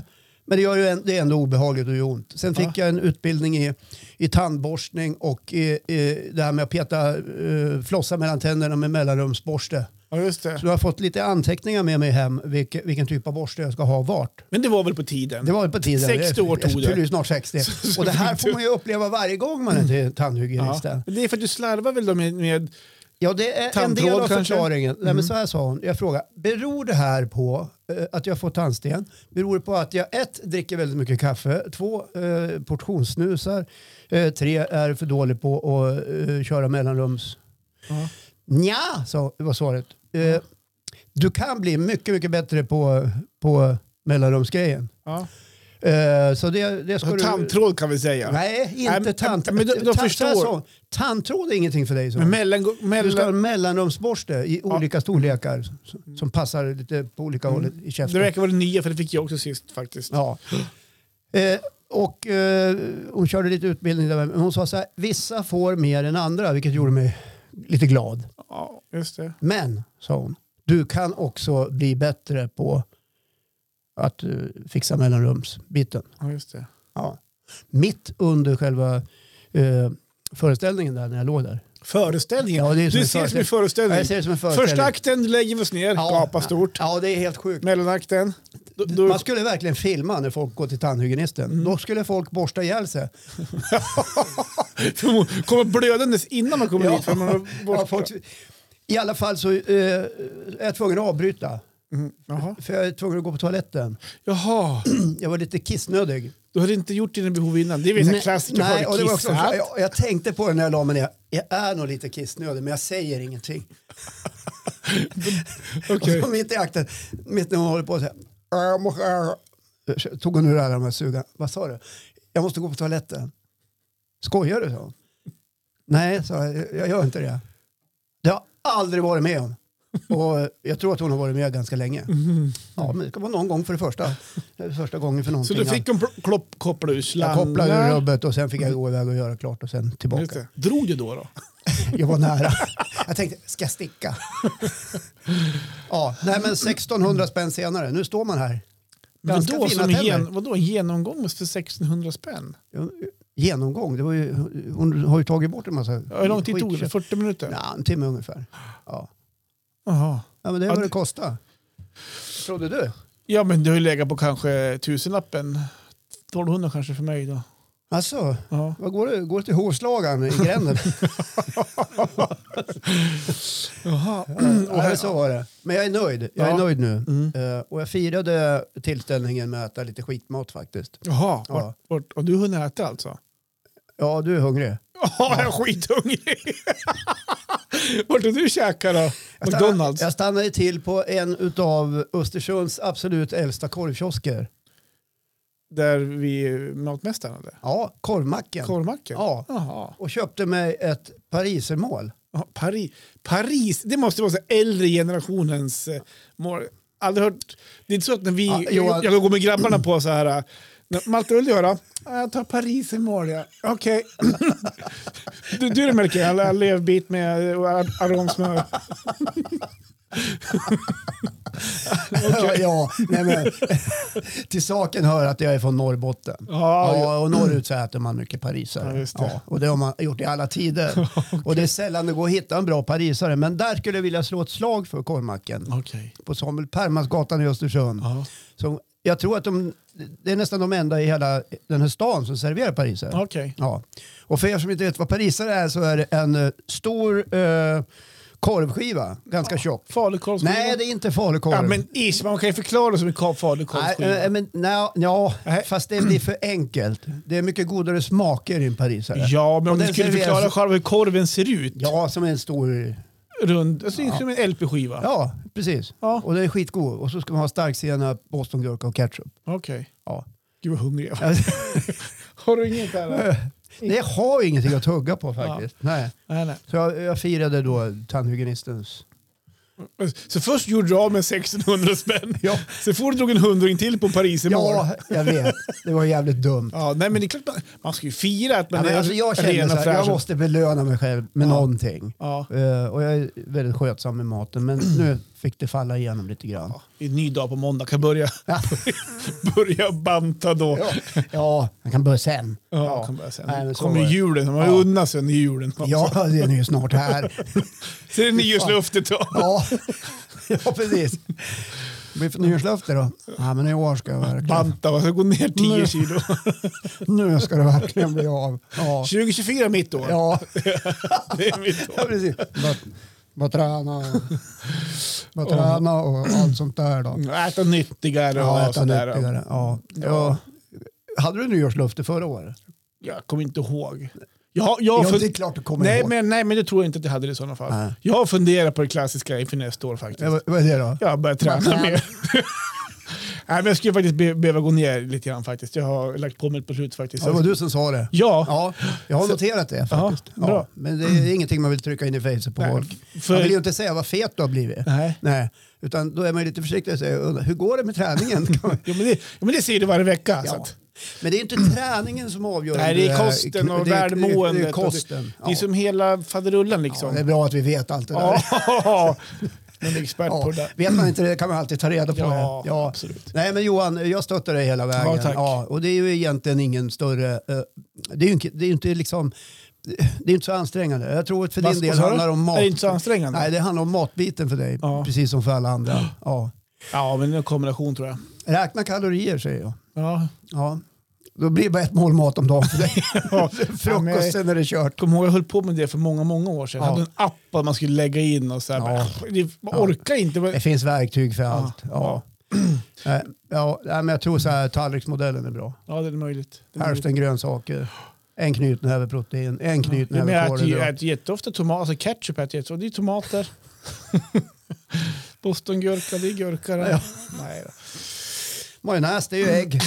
A: men det, gör ju en, det är ändå obehagligt och gör ont. Sen fick
B: Ja.
A: jag en utbildning i, i tandborstning och i, i det här med att peta eh, flossar mellan tänderna med mellanrumsborste.
B: Ja, just det.
A: Så jag har fått lite anteckningar med mig hem vilken, vilken typ av borste jag ska ha vart.
B: Men det var väl på tiden?
A: Det var väl på tiden.
B: 60 år
A: Jag
B: tog det.
A: fyller ju snart 60.
B: Så- så
A: och det här
B: fick
A: får
B: du-
A: man ju uppleva varje gång man är till tandhygienisten.
B: ja. Men Det är för att du slarvar väl då med... med
A: Ja, det är en
B: Tandtråd
A: del av
B: kanske? Mm.
A: förklaringen. Nej, men så här sa hon. Jag frågade, beror det här på eh, att jag får tandsten? Beror det på att jag ett, dricker väldigt mycket kaffe, två, eh, portionssnusar, eh, tre, är för dålig på att eh, köra mellanrums?
B: ja.
A: Nja, sa, var svaret. Eh, du kan bli mycket, mycket bättre på, på mellanrumsgrejen.
B: Ja.
A: Eh, så det, det ska
B: Så
A: du...
B: Alltså, Tandtråd kan vi säga.
A: Nej,
B: Nej,
A: inte
B: men-
A: tandtråd.
B: men då- då förstår-
A: Tandtråd är ingenting för dig. Så.
B: Men mellan...
A: Du ska ha
B: mellan
A: en mellanrumsborste i olika storlekar s- som passar lite på olika
B: Mm.
A: håll i
B: det
A: käften.
B: verkar vara det nya, för det fick jag också sist faktiskt.
A: Ja. Eh, och eh, hon körde lite utbildning där. Men hon sa så här, vissa får mer än andra, vilket gjorde mig lite glad.
B: Ja, just det.
A: Men, sa hon, du kan också bli bättre på att eh, fixa mellanrumsbiten.
B: Ja, just det.
A: Ja. Mitt under själva eh, föreställningen där när jag låg där.
B: Föreställningen.
A: Ja, det är
B: du
A: en
B: ser det som
A: föreställning.
B: en föreställning.
A: Ja, jag ser det som en föreställning.
B: Första akten, lägger vi oss ner, gapar stort.
A: Ja, det är helt sjukt.
B: Mellanakten, då, då,
A: Man skulle verkligen filma när folk går till tandhygienisten. Då skulle folk borsta ihjäl sig.
B: kommer blödandes innan man kommer
A: Ja.
B: dit. För man har
A: Ja,
B: bort...
A: folk, I alla fall så eh, är jag tvungen att avbryta.
B: Jaha.
A: För jag är tvungen att gå på toaletten.
B: Jaha,
A: Jag var lite kissnödig.
B: du hade inte gjort dina behov innan. Det är väl en
A: Nej,
B: klassiker.
A: nej,
B: har
A: och
B: du
A: det var också,
B: kissat?
A: jag, jag tänkte på det när jag la mig ner. Jag är nog lite kissnödig men jag säger ingenting.
B: Okej.
A: Och så mitt i akten, mitt när hon håller på så här. "Jag måste, äh." Tog hon ur alla de här sugan. Vad sa du? Jag måste gå på toaletten. Skojar du? sa hon. Nej, sa jag. Jag gör inte det. Det har jag aldrig varit med om. Och jag tror att hon har varit med ganska länge. Ja, men det kan vara någon gång för det första. Det första gången för
B: Mm. Så
A: någonting.
B: du fick en pl- klopp, koppla ur
A: jag
B: slangar.
A: kopplade ur rubbet och sen fick jag gå iväg och göra klart och sen
B: Just
A: tillbaka.
B: det. Drog du då? då?
A: Jag var nära. Jag tänkte, ska jag sticka? Ja, nej men 1600 spänn senare, nu står man här.
B: Men
A: Ganska
B: då
A: fina
B: som
A: tänder.
B: gen, vadå, en genomgång för 1600 spänn?
A: Genomgång, det var ju, hon har ju tagit bort en massa...
B: Ja, Hur lång tid
A: skit.
B: tog det? 40 minuter?
A: Ja, en timme ungefär. Ja,
B: Jaha.
A: ja men det är
B: Ja,
A: vad
B: det-
A: det kostar. Trodde du?
B: Ja, men du har ju legat på kanske tusenlappen. 1200 kanske för mig då.
A: Alltså,
B: Ja.
A: vad går det? Går det till hovslagaren i gränden?
B: Jaha.
A: och här, så var det. Men jag är nöjd. Jag är
B: Mm, Ja. Mm.
A: nöjd nu. Eh, och jag firade tillställningen med att äta lite skitmat faktiskt.
B: Jaha.
A: Ja.
B: Vart, vart, och du hunnit äta alltså?
A: Ja, du är hungrig.
B: Ja, jag är skithungrig. Vart har du käkat då?
A: Jag stannade-
B: McDonalds?
A: Jag stannade till på en av Östersunds absolut äldsta korvkiosker.
B: Där vi matmästaren hade?
A: Ja, korvmacken.
B: Korvmacken?
A: Ja.
B: Jaha.
A: Och köpte mig ett parisermål.
B: Ja, Paris. Paris, det måste vara så här äldre generationens eh, mål. Aldrig hört. Det är inte så att när vi,
A: Ja, Johan-
B: jag, jag går med grabbarna på så här, eh, när- Malte vill du göra? "Ja, Jag tar Paris i mål, ja. Okej. du, du är märker alla levbit med och ar- aromsmör.
A: ja, nej men, till saken hör att jag är från Norrbotten.
B: Ja,
A: ja, och norrut så äter man mycket parisare.
B: Ja, just det.
A: och det har man gjort i alla tider. Och det är sällan det går att hitta en bra parisare. Men där skulle jag vilja slå ett slag för korvmacken.
B: Okej.
A: På Samuel Permansgatan i Östersund.
B: Ja.
A: Så jag tror att de, det är nästan de enda i hela den här stan som serverar pariser.
B: Okej.
A: Ja. Och för er som inte vet vad parisare är så är det en eh, stor eh, korvskiva, ganska tjock.
B: Falukorvsskiva?
A: Nej, det är inte falukorv.
B: Ja, men ish, man kan ju förklara det som en ka-
A: Nej,
B: falukorvsskiva.
A: eh, men, nej, ja,
B: Nej.
A: fast det blir för enkelt. Det är mycket godare smaker i en parisare.
B: Ja, men
A: Och
B: om du
A: den
B: skulle
A: serveras-
B: förklara själva hur korven ser ut.
A: Ja, som är en stor...
B: Rund, alltså, Som en LP-skiva.
A: Ja, precis.
B: Ja.
A: Och det är skitgod. Och så ska man ha stark senap, bostongurka och ketchup.
B: Okej.
A: Ja.
B: Gud vad hungrig jag var. Har du inget där?
A: Det har ju ingenting att tugga på faktiskt. Nej.
B: Nej, nej.
A: Så jag, jag firade då tandhygienistens
B: Så först gjorde du av med 1600 spänn. Ja. Sen får du drog en hundring till på Paris imorgon.
A: Ja, jag vet. Det var jävligt dumt.
B: Ja, nej, men det är klart, man, man ska ju fira att
A: Ja,
B: man
A: men
B: är
A: alltså jag känner
B: ren och
A: så här, jag
B: fräsch.
A: måste belöna mig själv med
B: Ja.
A: någonting.
B: Ja,
A: Eh, och jag är väldigt skötsam med maten, men nu fick det falla igenom lite grann.
B: det är en ny dag på måndag. Kan börja,
A: Ja.
B: börja banta då. Ja,
A: Ja, jag kan börja sen.
B: Kan börja sen.
A: Nej, men så
B: kommer
A: var det.
B: julen. Man
A: Ja.
B: unnar sig under julen.
A: Ja, den är ju snart här.
B: Så är det nyårsluftet då.
A: Ja, ja precis. Blir det för nyårslöfte då? Ja, men i år ska jag verkligen...
B: Banta, man ska gå ner 10
A: Nu.
B: kilo.
A: Nu ska det verkligen bli av. Ja,
B: 2024 är mitt år.
A: ja,
B: Det är mitt år.
A: ja precis. Bara, bara träna och, bara träna och allt sånt där då.
B: Äta nyttigare och
A: Ja, äta
B: Mm. sådär.
A: nyttigare. Ja. Ja. Hade du nyårslöfte förra året?
B: Jag kommer inte ihåg. Jag, har- jag, har
A: Ja,
B: fun-
A: det är klart du kommer
B: nej,
A: ihåg.
B: men, nej, men det tror jag inte att jag hade det i sådana fall.
A: Nej.
B: Jag har funderat på det klassiska inför nästa år faktiskt.
A: Ja, vad- vad är det då?
B: Jag har börjat träna mer. nej, men jag skulle faktiskt be- behöva gå ner lite grann faktiskt. Jag har lagt på mig ett beslut faktiskt.
A: Ja, det var du som sa det.
B: Ja,
A: Ja, jag har noterat det faktiskt.
B: Ja, bra. Mm.
A: Ja, men det är ingenting man vill trycka in i fejset på
B: Nej,
A: folk.
B: för-
A: Man vill ju inte säga vad fet du har blivit.
B: Nej.
A: Nej, utan då är man ju lite försiktig och säger "Undra, hur går det med träningen? Kan man-
B: Jo, men, det, jo, men det ser du varje vecka. Så
A: ja.
B: att,
A: Men det är ju inte träningen som avgör. om
B: nej, det
A: du
B: är kosten och
A: det är- det är-
B: välmåendet.
A: Det är
B: och
A: kosten.
B: Det, det är som hela faderullan
A: ja,
B: liksom.
A: det är bra att vi vet allt det där.
B: Ja, någon expert
A: Ja,
B: på det där.
A: vet man inte det kan man alltid ta reda på
B: Ja,
A: det. Ja.
B: absolut.
A: Nej men Johan, jag stöttar dig hela vägen.
B: Ja, tack.
A: och det är ju egentligen ingen större... eh, det är ju, inte- det är ju inte liksom... Det är ju inte så ansträngande. Jag tror att för
B: Vad-
A: din
B: vad
A: del
B: sa du?
A: handlar det om mat.
B: Det är inte så ansträngande.
A: Nej, det handlar om matbiten för dig.
B: Ja.
A: Precis som för alla andra. Ja.
B: Ja, men det är en kombination tror jag.
A: Räkna kalorier säger jag.
B: Ja.
A: Ja. Då blir det bara ett mål mat om dagen för dig.
B: Ja. men-
A: Frukosten är det kört.
B: Kommer ihåg, jag höll på med det för många, många år sedan.
A: Ja.
B: Jag hade en app att man skulle lägga in och så här.
A: Ja.
B: Men, det, man orkar inte.
A: Det
B: Men,
A: finns verktyg för allt. Ja. Nej, Ja, nej, men jag tror så här, tallriksmodellen är bra.
B: ja, det är möjligt. Det är möjligt.
A: Hälften grönsaker, en knytnäve protein, en
B: Mm. Ja, men
A: knytnäve
B: jag äter, ju- jag
A: kolhydrater.
B: äter jätteofta tomater, alltså ketchup äter jag jätteofta. Det är tomater. Bostongurka, det är gurka. då. Nej, då.
A: Majonnäs, det är ju ägg.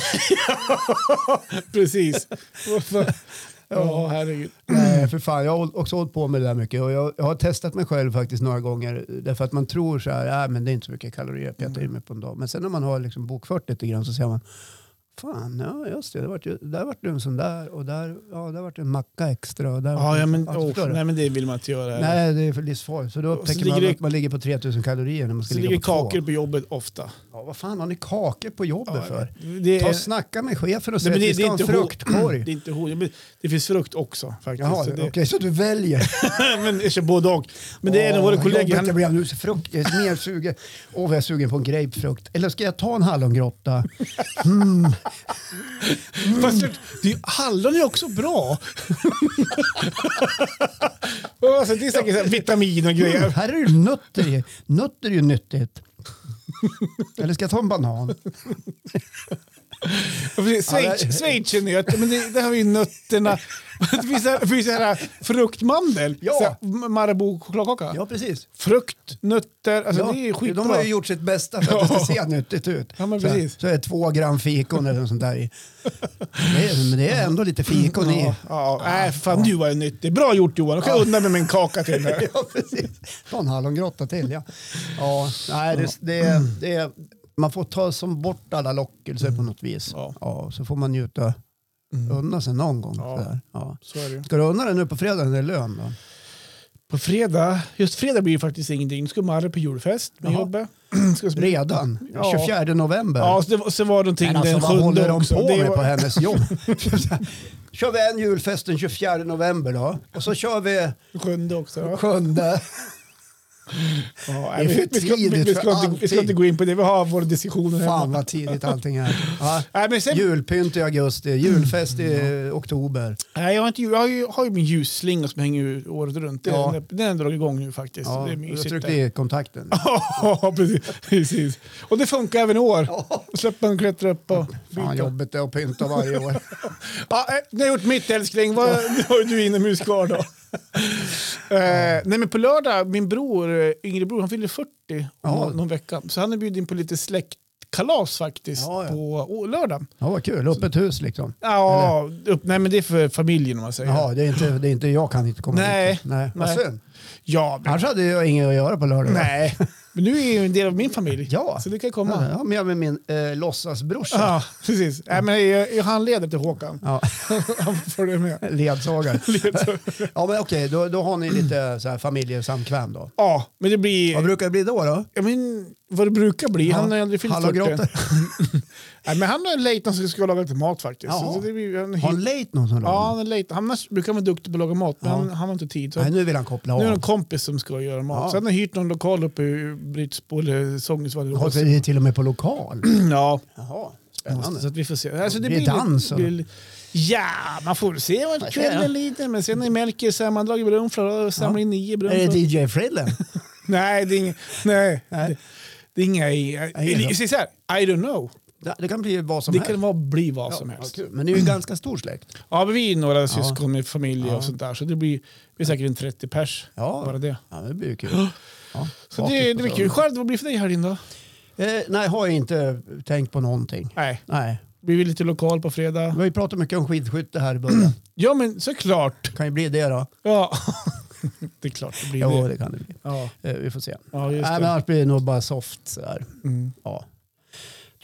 B: Precis. Varför? Ja, herregud.
A: Nej, för fan, jag har håll- också hållit på med det där mycket och jag, jag har testat mig själv faktiskt några gånger därför att man tror så här, äh, men det är inte så mycket kalorier jag
B: Mm.
A: petar i mig på en dag. Men sen när man har liksom bokfört lite grann så ser man, fan, ja just det, det vart ju, där vart det en sån där och där, ja, där vart det en macka extra och där. vart
B: Ja,
A: det-
B: ja, men,
A: förstår
B: åh,
A: du?
B: nej, men det vill man inte göra.
A: Nej, det är för livsfarligt. Så då
B: så
A: upptäcker
B: ligger
A: man
B: det-
A: att man ligger på 3000 kalorier när man ska
B: Så det
A: ligga
B: ligger
A: på två.
B: kakor på jobbet ofta.
A: Ja, vad fan har ni kakor på jobbet för?
B: det
A: Ta
B: är-
A: och snacka med chefen och
B: Nej,
A: säg
B: men
A: att
B: det,
A: vi
B: det
A: ska
B: är
A: ha en
B: inte ho-
A: fruktkorg.
B: Det, är inte ho- ja, men det finns frukt också faktiskt.
A: Jaha,
B: så
A: okej,
B: det,
A: så du väljer.
B: men jag kör både och. Men det är en av våra
A: Åh,
B: kollegor.
A: jobbigt det
B: Han,
A: blev nu. Frukt, jag är mer sugen. Åh, vad jag är sugen på en grapefrukt. Eller ska jag ta en hallongrotta?
B: fast, det är ju- hallon är också bra. Och alltså, det är säkert så här vitamin och
A: Mm,
B: grejer.
A: här är ju nötter. i. Nötter är ju nyttigt. Eller ska jag ta en banan? Ja, det-
B: Schweizernöt, men det, det har vi ju nötterna. Det finns, här, det finns här fruktmandel,
A: Ja.
B: så här, Marabou chokladkaka.
A: Ja, precis.
B: Frukt, nötter, alltså
A: Ja,
B: det är skitbra.
A: de har ju gjort sitt bästa för att det ska se nyttigt ut.
B: Ja, men
A: så, här,
B: precis.
A: så är det två gram fikon eller något sånt där i. Det är, men det är ändå lite fikon i.
B: Ja, ja, nej, fan du var ju nyttig. Bra gjort Johan, och kan jag unna mig med en kaka till. Här.
A: ja, precis. Ta en hallongrotta till, ja. ja nej, det, det, det, man får ta som bort alla lockelser på något vis.
B: Mm. Ja. Mm.
A: Ja. så får man njuta, unna sig någon gång.
B: Ja.
A: sådär. Ja.
B: Så är det ju.
A: Ska du unna dig nu på fredag när det är lön? Då?
B: På fredag, just fredag blir ju faktiskt ingenting. Nu ska Marre på julfest med
A: Jaha.
B: jobbet. Ska spela-
A: Redan?
B: Ja.
A: 24 november?
B: Ja, så det, var- så var det någonting
A: Men alltså,
B: den
A: vad håller
B: sjunde
A: de
B: också.
A: på
B: Det
A: med
B: var-
A: på hennes jobb? kör vi en julfest den 24 november då och så kör vi
B: Sjunde också. Ja.
A: sjunde.
B: Ja,
A: Det är
B: vi-
A: för
B: vi ska- vi- vi
A: tidigt
B: ska
A: för
B: inte- Vi ska inte
A: allting.
B: gå in på det, vi har våra diskussioner
A: Fan
B: hemma.
A: vad tidigt allting är. Ja.
B: Nej, men sen,
A: Julpynt i augusti, julfest i eh, oktober.
B: nej, jag, har inte, jag, har ju, jag har ju min ljusslinga som hänger ju året runt. Den-
A: Ja.
B: Den den har dragit igång nu faktiskt.
A: Ja,
B: det är
A: jag
B: mysigt.
A: tryckte
B: där.
A: i kontakten.
B: Ja, precis, precis. Och det funkar även i år.
A: Ja.
B: Släpper man klättra upp och
A: Fan
B: byta.
A: jobbigt det är att pynta varje år.
B: Ja, eh, nu har jag gjort mitt älskling. Vad, nu har du inomhus kvar då. Eh, nej men på lördag, min bror, eh, yngre bror, han fyller 40 om
A: Ja.
B: någon vecka. Så han är bjuden in på lite släktkalas faktiskt
A: Ja, ja.
B: på å, lördag.
A: Ja, vad kul, öppet hus liksom.
B: Ja, upp, nej men det är för familjen om man säger.
A: Jaha, det är inte, det är inte, jag kan inte komma
B: Nej.
A: dit. Nej. Vad
B: Nej.
A: synd.
B: Ja, men,
A: Annars hade jag inget att göra på lördag.
B: nej. Men nu är ju en del av min familj.
A: Ja.
B: Så du kan
A: Ja,
B: komma.
A: jag har med mig min eh, låtsasbrorsa.
B: Ja, precis. Nej, men jag, jag handleder till Håkan.
A: Ja,
B: Han får följa med.
A: ledsagare. ja, men okej, då, då har ni lite så här familjesamkväm då.
B: Ja, men det blir...
A: Vad brukar det bli då? då?
B: Jag men, vad det brukar bli. Han har aldrig fyllt 40.
A: Hallongrottor?
B: Nej, men han är en Leighton som ska laga lite mat faktiskt.
A: Jaha.
B: Så det blir, han,
A: Har han lejt någon som
B: ja,
A: ja.
B: han, är Leighton. han är- brukar vara duktig på att laga mat, men
A: Ja.
B: han, han har inte tid. Så
A: Nej, nu vill han koppla av.
B: nu är det en kompis som ska göra mat.
A: Ja.
B: Så han har hyrt någon lokal uppe i Britsbo eller Sångesvall.
A: Har vi det till och med på lokal?
B: Ja,
A: Jaha,
B: så
A: spännande.
B: att vi får se. Alltså, det
A: Blir
B: blir
A: dans,
B: lite-
A: eller?
B: blir- Ja, man får se vad
A: Ja, ja.
B: kvällen lite. Men sen är Melker sammandrag i brunflar och samlar
A: Ja.
B: in nio
A: Är det
B: brunflar.
A: DJ Frillen?
B: Nej, det är inga... Nej. Det, det är inga...
A: Nej, då.
B: Se så här, I don't know.
A: Det- Det kan bli vad som
B: Det
A: helst.
B: kan vara bli vad
A: Ja,
B: som
A: ja,
B: helst.
A: kul. Men det är ju en ganska stor släkt.
B: Ja, men vi är några syskon i familj
A: Ja.
B: och sånt där. Så det blir, vi är säkert en 30 pers.
A: Ja.
B: Bara det.
A: Ja, det blir ju kul. Ja,
B: Så
A: bakis
B: det,
A: på
B: det blir
A: söndag.
B: kul. Själv, vad blir det för dig här inne då?
A: Eh, nej, har jag inte tänkt på någonting.
B: Nej,
A: Nej.
B: blir vi lite lokal på fredag?
A: Vi har ju pratat mycket om skidskytte här i början.
B: Ja, men såklart.
A: kan ju bli det då.
B: Ja, det är klart det blir
A: Jo,
B: det.
A: det kan det bli.
B: Ja,
A: Eh, vi får se.
B: ja just
A: Nej,
B: det.
A: men annars blir det nog bara soft så här.
B: Mm.
A: Ja,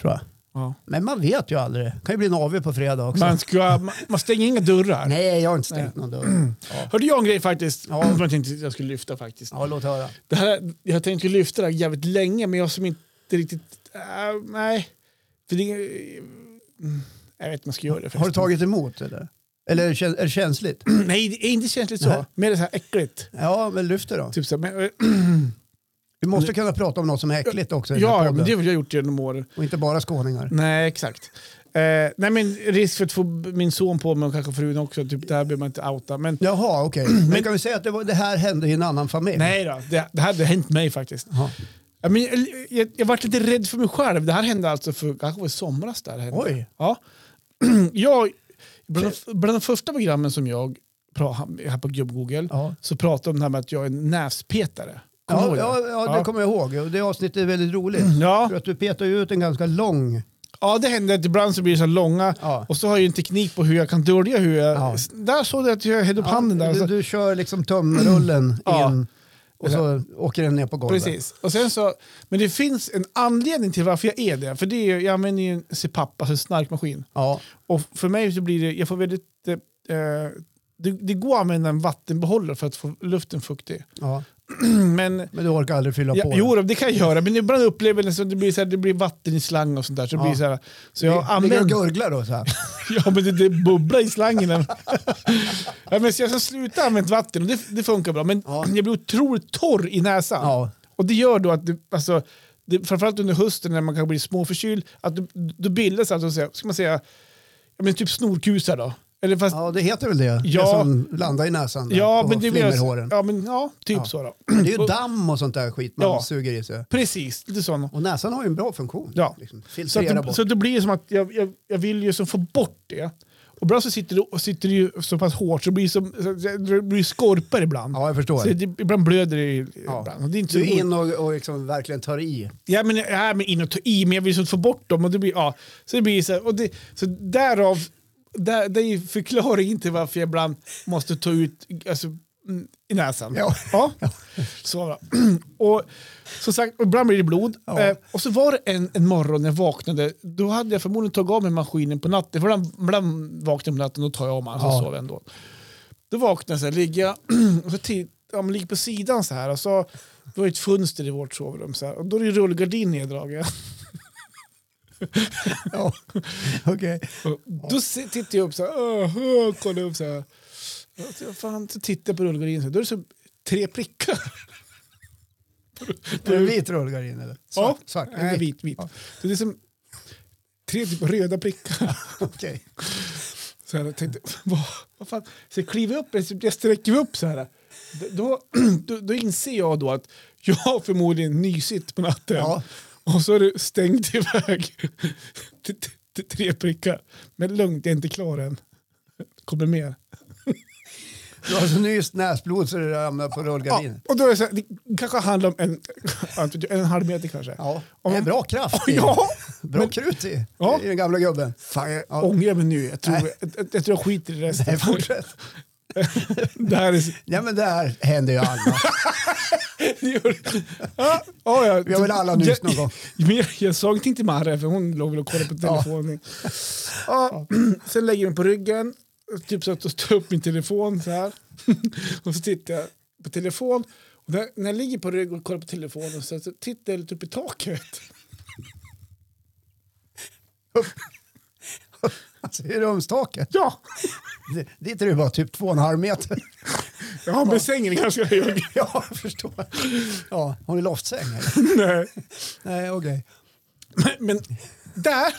A: tror jag.
B: Ja.
A: Men man vet ju aldrig. Det kan ju bli en AW på fredag också.
B: Man, ska, man, man stänger inga dörrar.
A: Nej, jag har inte stängt någon dörr. Ja.
B: Hörde jag en grej faktiskt
A: Ja.
B: som jag tänkte att jag skulle lyfta faktiskt.
A: ja, låt höra.
B: Det här, jag har tänkt att lyfta det här jävligt länge men jag som inte riktigt... äh, nej. För det, mm, jag vet inte om jag ska göra det
A: Har du
B: förresten.
A: tagit emot eller? Eller är det käns- är det känsligt?
B: Nej, det är inte känsligt
A: Nej.
B: så. Mer så här äckligt.
A: Ja, men lyft det då.
B: Typ så här, men,
A: Vi måste kunna prata om något som är äckligt också i den här
B: ja, men
A: podden.
B: det har väl jag gjort genom åren.
A: Och inte bara skåningar.
B: Nej, exakt. Eh, nej, men risk för att få min son på mig och kanske frun också. Typ, det här behöver man inte outa. Men
A: Jaha, okej. Men kan vi säga att det, var, det här hände i en annan familj?
B: nej då, det, det här hade hänt mig faktiskt.
A: Jaha.
B: Ja, men, jag, jag, jag varit lite rädd för mig själv. Det här hände alltså för kanske var i somras. Där hände.
A: Oj.
B: Ja. Jag, bland, de, bland de första programmen som jag pra- här på Google
A: Ja.
B: så pratade de om det här med att jag är en näspetare. Kommer
A: Ja,
B: du ihåg
A: ja, ja, det
B: Ja.
A: kommer jag ihåg. Och det avsnittet är väldigt roligt.
B: Ja.
A: För att du petar ju ut en ganska lång...
B: Ja, det händer att ibland så blir det så här långa
A: Ja.
B: och så har jag ju en teknik på hur jag kan dölja hur jag...
A: Ja.
B: Där såg du att jag höll upp handen där. Och
A: du,
B: så,
A: du kör liksom tumrullen
B: Ja.
A: in och så åker den ner på golvet.
B: precis. Och sen så, men det finns en anledning till varför jag är det. För det är, ju- jag använder ju en CPAP, alltså en snarkmaskin.
A: Ja,
B: Och för mig så blir det... Jag får väldigt... Eh, eh, det, det går att använda en vattenbehållare för att få luften fuktig.
A: ja.
B: Men...
A: Men du orkar aldrig fylla på
B: Ja,
A: den.
B: jo, då, det kan jag göra, men ibland upplever jag att det blir, så här, det blir vatten i slang och sånt där. Så, det
A: Ja.
B: blir så, här, så jag
A: Ligger och
B: använder...
A: gurglar då så här.
B: Ja, men det, det bubblar i slangen. ja, men så jag ska sluta använda vatten och det, det funkar bra. Men
A: Ja.
B: jag blir otroligt torr i näsan.
A: Ja.
B: Och det gör då att, det, alltså, det, framförallt under hösten när man kan bli småförkyld, att du, du bildas alltså, så här, ska man säga, ja, men typ snorkusar då. Eller fast, ja,
A: Ja, det heter väl det.
B: Ja.
A: Det som landar i näsan där på
B: men det blir...
A: flimmerhåren.
B: Ja, men, ja, typ
A: Ja.
B: så då.
A: Det är ju damm och sånt där skit man
B: Ja.
A: suger i sig.
B: Precis, lite sådana.
A: Och näsan har ju en bra funktion.
B: Ja.
A: Liksom,
B: Så,
A: filtrera
B: att det,
A: bort.
B: så det blir som att jag, jag, jag vill ju som få bort det. Och ibland så sitter det, och sitter det ju så pass hårt så det blir som, så det blir skorpor ibland.
A: ja, jag förstår.
B: Så det, ibland blöder det ju
A: Ja.
B: ibland. Och Det är inte så
A: Du är
B: roligt.
A: in och, och liksom verkligen tar i.
B: ja, men, ja, men in och ta i, men jag vill liksom få bort dem. Och det blir, ja. Så det blir så, här, och det, så därav, där, det är ju förklaringen till varför jag ibland måste ta ut alltså, mm, i näsan.
A: Ja.
B: Så, va. och som sagt, och ibland blir det blod.
A: Ja.
B: Eh, och så var det en, en morgon när jag vaknade, då hade jag förmodligen tagit av mig maskinen på natten. För ibland, ibland vaknar jag på natten och då tar jag av mig den så
A: Ja.
B: sover jag Alltså ändå. Då vaknade jag så här, ligger jag och så titt, ja, men ligger på sidan så här. Och så, det var ju ett fönster i vårt sovrum så här, och då är det ju rullgardin neddragen.
A: Ja. Okej.
B: Och Då se- tittar jag upp så här, "Åh, åh", kollar upp så här. Och så, Fan, så tittar jag på rullgardinen, så här, då är det så tre prickar.
A: Är det en vit rullgardin eller? Svart? svart. En
B: Nej,
A: vit.
B: vit, vit. Så det är som tre typ röda prickar.
A: Okej.
B: Så här, jag tänkte, vad, vad fan? Så jag kliver upp, jag- jag sträcker mig upp så här. Då, då, då inser jag då att jag har förmodligen nysit på natten.
A: Ja.
B: Och så är det stängt iväg till, till, till tre prickar. Men lugnt, jag är inte klar än. Kommer mer.
A: Du har så nyst näsblod så det ramlar på
B: Ja,
A: rullgardinen.
B: och då är det, så här, det kanske handlar om en, en halv meter kanske.
A: Ja.
B: Om-
A: Det är bra kraft i.
B: Ja,
A: Bra krut i.
B: Ja.
A: I den gamla gubben.
B: Fan, jag
A: Ja.
B: ångrar mig nu. Jag tror
A: Nej.
B: jag, jag, jag, tror jag skiter i resten.
A: Nej, fortsätt.
B: Det här är...
A: Ja men det här händer ju alla.
B: ja, ja, ja.
A: Vi har väl alla nyss någon gång.
B: Men jag, jag sa inte till Marre för hon låg väl och kollade på telefonen. Ja. Sen lägger jag mig på ryggen, typ så att jag tar upp min telefon så här. och så tittar jag på telefon. Och när, när jag ligger på rygg och kollar på telefonen så, så tittar jag lite upp i taket.
A: Alltså, I rumstaket.
B: Ja,
A: Det- Dit är det bara typ två och en halv meter.
B: ja men sängen är ganska hög.
A: Ja, jag förstår. Ja, har ni loftsäng? eller?
B: Nej.
A: Nej, okej.
B: Men, men där,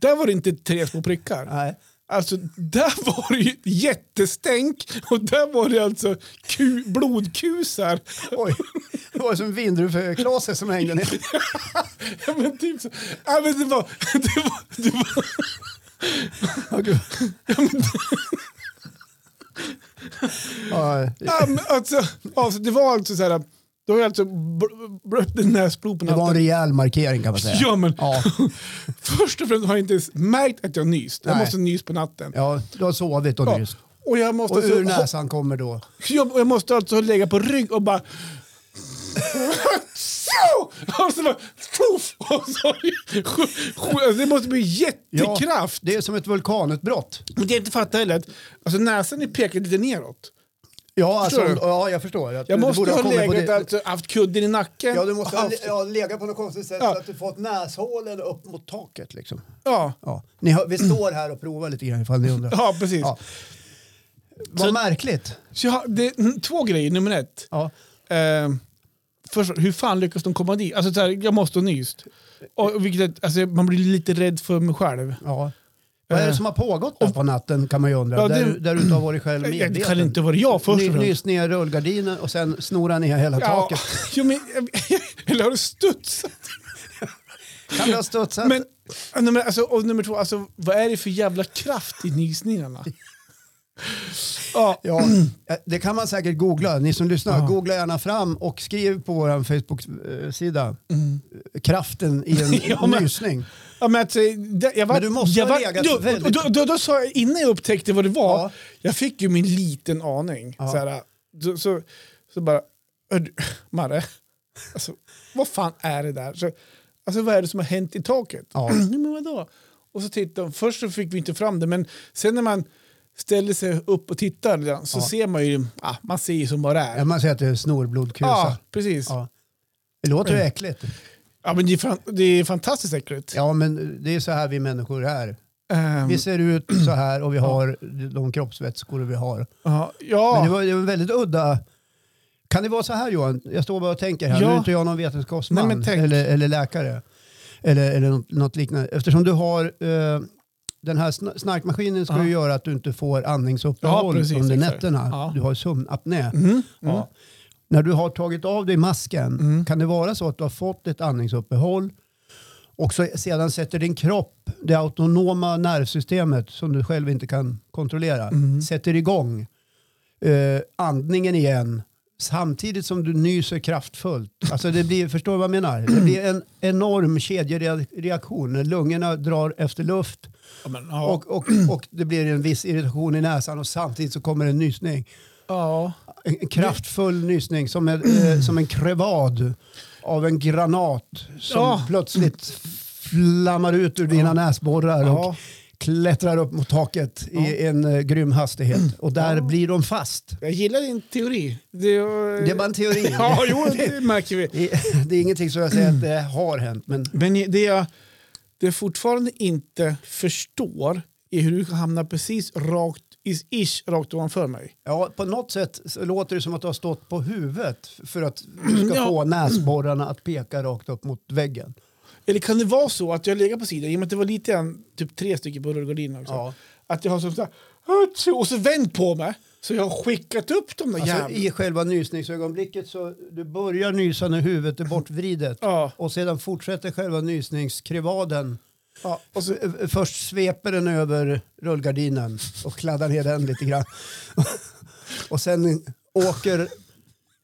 B: där var det inte tre små prickar.
A: Nej.
B: Alltså där var det ju jättestänk och där var det alltså ku- blodkusar.
A: Oj, det var som vindruvklase som hängde ner.
B: Ja, men typ så. Ja, men det var... Det var, det var
A: Åh, gud. Ja,
B: ja, men alltså, alltså, det var alltså så här... Då har jag alltså bl- blött näsblod på
A: det var en
B: natten.
A: rejäl markering kan man säga.
B: Ja, men-
A: Ja,
B: Först och främst har jag inte ens märkt att jag nyst. Jag
A: Nej.
B: måste nys på natten.
A: ja, du har sovit och
B: Ja,
A: nyss.
B: Och jag måste,
A: Och
B: alltså,
A: ur näsan kommer då.
B: jag, jag måste alltså lägga på rygg och bara... Så! Och så bara... Puff! Och så, alltså, det måste bli
A: Ja,
B: jättekraft.
A: Det är som ett vulkanutbrott.
B: Men det jag inte fattar heller är att alltså, näsan är pekad lite neråt.
A: Ja, alltså,
B: Förstår du?
A: ja jag förstår. Att
B: Jag
A: du
B: måste
A: borde
B: ha
A: kommit på
B: legat,
A: det-
B: alltså, haft kudden i nacken.
A: Ja, du måste
B: och
A: ha
B: haft,
A: ja, legat på något konstigt sätt
B: Ja.
A: så att du fått näshålen upp mot taket. Liksom.
B: ja.
A: Ja. Ni hör, vi står här och provar lite grann ifall ni undrar.
B: ja, precis.
A: Ja. Vad
B: Så-
A: märkligt.
B: Så jag, har- det, mm, två grejer, nummer ett.
A: Ja.
B: Eh, först, hur fan lyckas de komma dit? Alltså, så här, jag måste ha nyst. Och, vilket, alltså, man blir lite rädd för mig själv.
A: Ja. Vad är det som har pågått där på natten kan man ju undra.
B: Eh, Ja, det-
A: där, där du inte har varit själv
B: Jag,
A: medveten.
B: det kan inte vara jag först.
A: Ny,
B: och främst.
A: nyss ner rullgardinen och sen snora ner hela
B: ja,
A: taket.
B: jo, men, eller har du studsat?
A: Kan det ha studsat?
B: Men, ja, nummer, alltså, och nummer två, alltså, vad är det för jävla kraft i nysningarna? Ja,
A: Ja, Eh, det kan man säkert googla. Ni som lyssnar, googla gärna fram och skriv på vår Facebook-sida. Kraften i en
B: Mm. Ja, men-
A: nysning.
B: ja, men alltså, det- jag var,
A: Men du måste
B: jag
A: ha
B: var,
A: legat
B: då,
A: väldigt-
B: då, då, då sa jag, innan jag upptäckte vad det var,
A: Ja.
B: jag fick ju min liten aning.
A: Ja.
B: Så, här, så, så, så bara, "Hör du, Marre, alltså, vad fan är det där? Så, alltså vad är det som har hänt i taket?
A: Ja.
B: "Nej, men vadå? Och så tittade först så fick vi inte fram det, men sen när man ställer sig upp och tittar lite grann så
A: Ja.
B: ser man ju, ah, man ser ju som vad det är.
A: Ja, Eh, Man säger att det är snorblodkusa.
B: Ja, Mm.
A: Ja.
B: precis. Ja.
A: Det låter ju äckligt.
B: men det, är fan, det är fantastiskt äckligt.
A: Ja, men det är så här vi människor är.
B: Ehm,
A: Vi ser ut så här och vi har de kroppsvätskor vi har.
B: ja,
A: Men det
B: ja.
A: var, det var väldigt udda. Kan det vara så här Johan? Jag står bara och tänker här.
B: Ja.
A: Nu är inte jag någon vetenskapsman
B: Nej, men tänk.
A: eller, eller läkare. Eller, eller något- något liknande. Eftersom du har eh, den här sn- snarkmaskinen ska
B: Ja.
A: ju göra att du inte får andningsuppehåll
B: Ja, precis,
A: under
B: exakt.
A: nätterna.
B: Ja.
A: Du har sömnapné.
B: Mm, mm.
A: Ja. När du har tagit av dig masken,
B: Mm.
A: kan det vara så att du har fått ett andningsuppehåll och så sedan sätter din kropp, det autonoma nervsystemet som du själv inte kan kontrollera,
B: Mm.
A: sätter igång eh, andningen igen samtidigt som du nyser kraftfullt. Alltså det blir, förstår du vad jag menar? Det blir en enorm kedjereaktion. Lungorna drar efter luft
B: Ja, men, ja.
A: och, och, och det blir en viss irritation i näsan och samtidigt så kommer en nysning.
B: ja.
A: En en kraftfull nysning som en, eh, som en krevad av en granat som
B: Ja.
A: plötsligt flammar ut ur dina näsborrar och
B: Ja.
A: klättrar upp mot taket i en eh, grym hastighet. Och där blir de fast.
B: Jag gillar din teori. Det,
A: Det är bara en teori.
B: Ja, jo, det märker vi.
A: Det är- det är ingenting som jag säger att det har hänt. Men
B: Men det jag, det jag fortfarande inte förstår är hur du kan hamna precis rakt, is- ish, rakt ovanför mig.
A: ja, på något sätt så låter det som att du har stått på huvudet för att du ska
B: Ja.
A: få näsborrarna att peka rakt upp mot väggen.
B: Eller kan det vara så att jag ligger på sidan, i och med att det var lite grann, typ tre stycken på rullgardinen också,
A: Ja.
B: att jag har som så här, "Hatschu", och så vänt på mig, så jag har skickat upp de där
A: Alltså,
B: jävla...
A: I själva nysningsögonblicket så du börjar nysa när huvudet är bortvridet
B: Ja,
A: och sedan fortsätter själva nysningskrevaden.
B: ja, och
A: Och
B: så,
A: så, eh, först sveper den över rullgardinen och kladdar ner den lite grann. och sen åker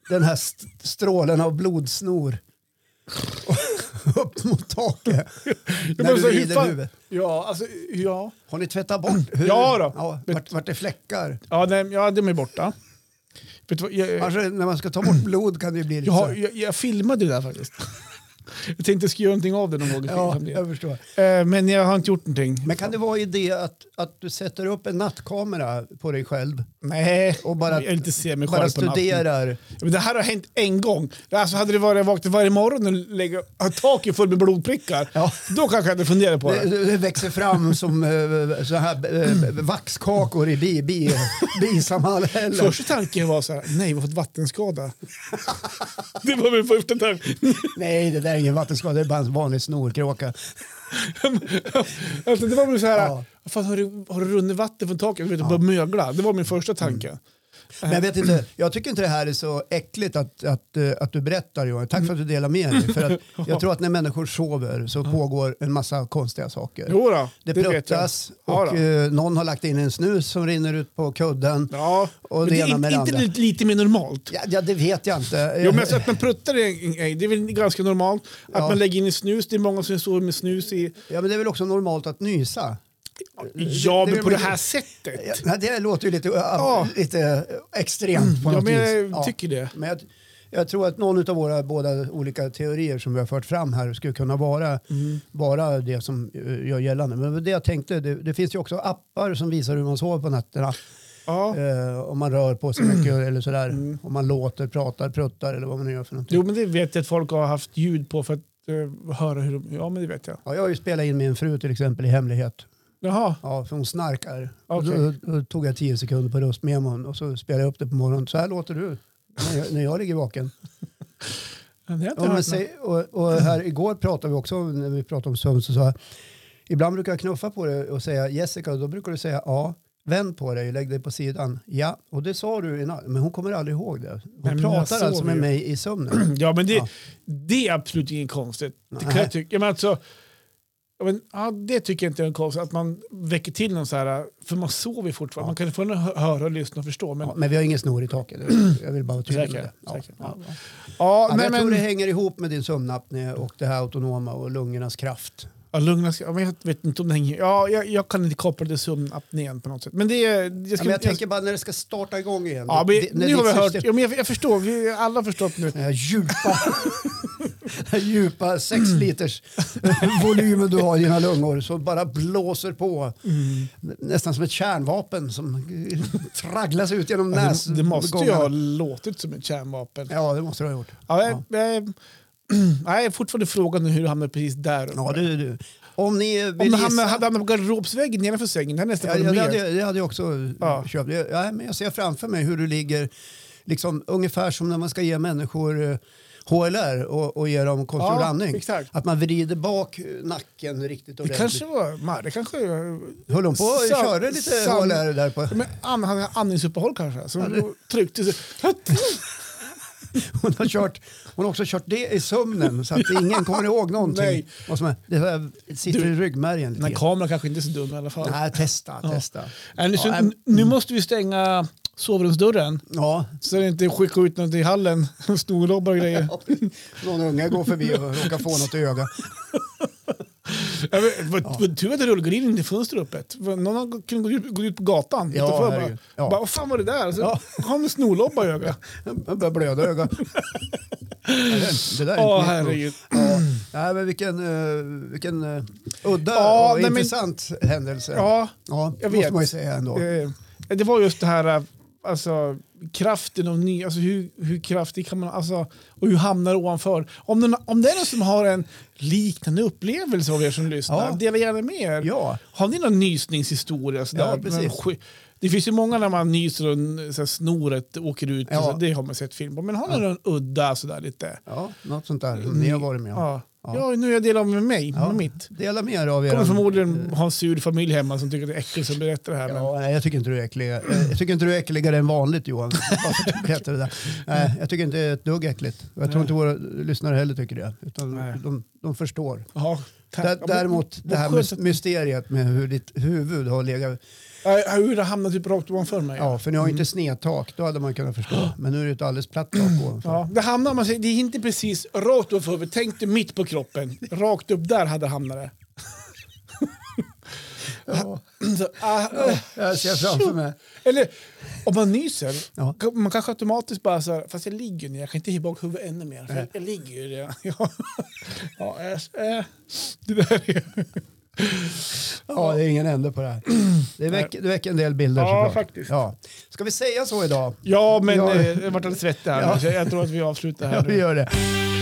A: den här st- strålen av blodsnor upp mot taket
B: Ja,
A: när
B: men så
A: du
B: hur
A: vrider
B: fan,
A: huvudet?
B: ja, alltså, ja.
A: Har ni tvättat bort? Hur?
B: Ja då.
A: Ja, vart, vart det fläckar?
B: Ja, nej, ja, de är borta. Vet du vad, jag, jag,
A: Annars när man ska ta bort blod kan det ju bli lite
B: jag, har-
A: så.
B: jag, jag filmade det där faktiskt. Jag tänkte jag skulle göra någonting av det någon gång. i
A: Ja,
B: framtiden.
A: jag förstår.
B: Eh, Men jag har inte gjort någonting.
A: Men kan det vara idé att, att du sätter upp en nattkamera på dig själv?
B: Nej,
A: Och bara-
B: jag vill inte se mig
A: Bara
B: själv på natten.
A: studerar.
B: Men det här har hänt en gång. Alltså hade det varit jag vaknade varje morgon och lägger, har taket fullt med blodprickar,
A: Ja.
B: då kanske jag hade funderat på
A: Det,
B: det.
A: det växer fram som eh, så här, eh, vaxkakor i bi, bi, bisamhällen.
B: Första tanken var så här, nej, vi har fått vattenskada. det var min första tanke.
A: Nej, det där är ingen vattenskada, det är bara en vanlig snorkråka.
B: alltså, det var väl så här,
A: Ja.
B: fan, har, du, har du runnit vatten från taket? Jag vet, ja. bara mögla. Det var min första tanke.
A: Mm. Men jag, vet inte, jag tycker inte det här är så äckligt att, att, eh, att du berättar Johan. Tack för att du delar med dig. För att jag tror att när människor sover så pågår en massa konstiga saker.
B: Jo då,
A: det
B: vet jag.
A: pruttas
B: Ja,
A: och
B: då.
A: eh, någon har lagt in en snus som rinner ut på kudden.
B: Ja,
A: och
B: men
A: det
B: det är
A: ena med
B: inte,
A: det
B: inte
A: andra.
B: lite, lite mer normalt.
A: Ja, ja, det vet jag inte.
B: Jo, men alltså att man pruttar är, det är väl ganska normalt. Att
A: Ja.
B: man lägger in i snus, det är många som sover med snus i.
A: ja, men det är väl också normalt att nysa?
B: Ja,
A: det-
B: men på
A: det-
B: det här sättet.
A: Ja, nej, det låter ju lite,
B: Ja. Mm.
A: lite extremt på
B: Ja,
A: något
B: men
A: vis.
B: jag tycker det.
A: Men jag, jag tror att någon av våra båda olika teorier som vi har fört fram här skulle kunna vara, vara det som eh, jag gällande. Men det jag tänkte, det, det finns ju också appar som visar hur man sover på nätterna.
B: Ja. Mm.
A: Eh, om man rör på sig mycket eller sådär. Om man låter, pratar, pruttar eller vad man nu gör för någonting.
B: Jo, men det vet jag att folk har haft ljud på för att eh, höra hur de... Ja, men det vet jag.
A: Ja, jag har ju spelat in min fru till exempel i hemlighet.
B: Jaha,
A: Ja, för hon snarkar.
B: Okej.
A: Och då, då tog jag tio sekunder på röstmemon och så spelade jag upp det på morgonen. Så här låter du när jag, när jag ligger vaken.
B: det har jag inte
A: Ja, men
B: hört.
A: säg, och, och här igår pratade vi också, om- när vi pratade om sömn, så sa jag, ibland brukar jag knuffa på dig och säga Jessica, och då brukar du säga ja, vänd på dig, lägg dig på sidan, ja, och det sa du innan, men hon kommer aldrig ihåg det. Hon
B: men jag
A: pratar alltså
B: sover
A: med
B: ju.
A: mig i sömnen.
B: Ja, men det,
A: Ja.
B: det är absolut inget konstigt. Det kan
A: Nej.
B: jag tycka. Ja, Men alltså, ja, men, ja, det tycker jag inte är konstigt, att man väcker till någon så här, för man sover ju fortfarande. Man kan fortfarande hö- höra, lyssna och förstå. Men,
A: Ja,
B: ja,
A: men vi har ingen snor i taket, jag vill bara vara tydlig med
B: Säker,
A: det. Ja,
B: säker.
A: ja. Ja, men
B: nej,
A: jag tror
B: men,
A: det hänger ihop med din sömnapné och det här autonoma och lungornas kraft.
B: ja, lugna, sig. ja, men jag vet inte om det hänger... Ja, jag, jag kan inte koppla det till sömnapnén på något sätt. Men det är... Jag
A: Ja,
B: ska,
A: men jag tänker bara när det ska starta igång igen.
B: Ja,
A: Det-
B: men,
A: när
B: nu har vi
A: ditt
B: hört...
A: system-
B: Ja, men jag, jag förstår, vi alla har förstått nu.
A: Den här djupa, den här djupa sex
B: Mm.
A: liters volymen du har i dina lungor som bara blåser på.
B: Mm.
A: Nästan som ett kärnvapen som tragglas ut genom
B: Alltså, det måste ju
A: näsgångarna.
B: ha låtit som ett kärnvapen.
A: Ja, det måste du ha gjort.
B: Ja, jag, jag, jag är fortfarande frågan hur du hamnade precis där.
A: Ja, du, du. Om ni vill
B: Om du
A: gissa-
B: hamnade, hade hamnat på garderobsväggen nedanför sängen, det hade nästan
A: Ja,
B: varit
A: ja, det,
B: mer.
A: hade, det hade jag också eh,
B: Ja.
A: köpt. Jag, ja, men jag ser framför mig hur du ligger, liksom, ungefär som när man ska ge människor eh, HLR och, och ge dem konstgjord
B: Ja,
A: andning.
B: exakt.
A: Att man vrider bak eh, nacken riktigt
B: det
A: ordentligt.
B: kanske var... Nej, det kanske...
A: Höll hon på och
B: Sam-
A: körde lite
B: sam-
A: HLR där på?
B: Men han hade andningsuppehåll kanske. Så
A: det-
B: hon tryckte sig.
A: Hon har, kört, hon har också kört det i sömnen så att ingen kommer ihåg någonting.
B: Nej.
A: Vad som är, det här sitter i ryggmärgen
B: Den
A: lite
B: här
A: grann.
B: kameran kanske inte är så dum i alla fall.
A: Nej, testa, testa.
B: Nej, nu, så,
A: Ja, nej.
B: nu måste vi stänga sovrumsdörren
A: Ja.
B: så det inte skickar ut något i hallen. Snorlobbar och grejer.
A: Någon unge går förbi och råkar få något i ögat.
B: Ja, men, vad, vad tur att rullgardinen inte fönstret öppet. Vad- Någon har kunde gå ut, gå ut på gatan
A: Ja,
B: utanför.
A: herregud.
B: Bara,
A: Ja.
B: bara, vad fan var det där? Så
A: Ja.
B: kom en snorlobba i ögat.
A: Jag börjar blöda i ögat. Det där är inte mitt
B: Åh
A: bord.
B: herregud.
A: ja. Nej, men vilken, eh, vilken eh, udda
B: Ja,
A: och
B: nej, men-
A: intressant händelse.
B: Ja,
A: ja
B: jag
A: måste
B: vet.
A: man ju säga ändå.
B: eh, det var just det här eh, alltså, kraften av ny, alltså hur, hur kraftig kan man, alltså, och hur hamnar det ovanför? Om, den, om det är någon som har en liknande upplevelse av er som lyssnar,
A: Ja.
B: dela gärna med er.
A: Ja.
B: Har ni någon nysningshistoria? Sådär?
A: Ja, precis.
B: Men sk- Det finns ju många när man nyser och n- så här, snoret åker ut.
A: Ja.
B: Och så, det har man sett film på. Men har ni någon udda sådär lite?
A: ja, något sånt där som ni har varit med om.
B: Ja. Ja, nu har jag delat med mig,
A: Ja.
B: med mitt.
A: Dela med er av er.
B: Jag kommer förmodligen ha en sur familj hemma som tycker att det är äckligt som berättar det här. Men...
A: eh, Ja, nej, jag tycker inte du är äcklig. Eh, Jag tycker inte du är äckligare än vanligt Johan. Varför berättar du det där? Nej, jag tycker inte det är ett dugg äckligt. Jag tror inte våra lyssnare heller tycker det.
B: Nej.
A: Utan de, de förstår.
B: Ja, tack.
A: Dä- Däremot det här
B: Vad
A: mys-
B: skönt mysteriet.
A: mysteriet med hur ditt huvud har legat.
B: Hur det hamnade typ rakt ovanför mig.
A: Ja, Mm. för ni har ju inte snedtak, då hade man kunnat förstå. Men nu är det ett alldeles platt tak ovanför.
B: Ja, det hamnar man sig, det är inte precis rakt ovanför huvudet. Tänk dig mitt på kroppen. Rakt upp där hade hamnat det.
A: Ja.
B: Så, ah, eh.
A: Jag ser framför mig.
B: Eller om man nyser,
A: Ja.
B: kan- man kanske automatiskt bara så här, fast jag ligger ner, jag kan inte ge bak huvudet ännu mer. För
A: Nej.
B: jag ligger ju redan. Ja, ja eh, eh, det där är...
A: Ja, det är ingen ände på det här. Det väcker, det väcker en del bilder
B: Ja,
A: såklart.
B: faktiskt.
A: Ja. Ska vi säga så idag?
B: Ja, men
A: Ja.
B: eh, jag vart alldeles svettig här.
A: Ja.
B: så Jag tror att vi avslutar
A: Ja,
B: här
A: vi
B: nu.
A: gör det.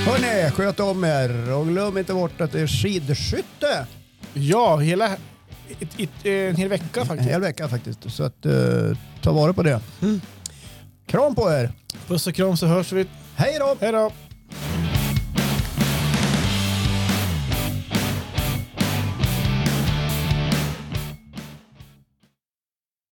A: Hörni, sköt om er och glöm inte bort att det är skidskytte
B: Ja, hela, ett, ett, en hel vecka
A: en
B: faktiskt.
A: hel vecka faktiskt. Så att, eh, Mm. ta vara på det. Kram på er!
B: Puss och kram så hörs vi.
A: Hej då!
B: Hej då!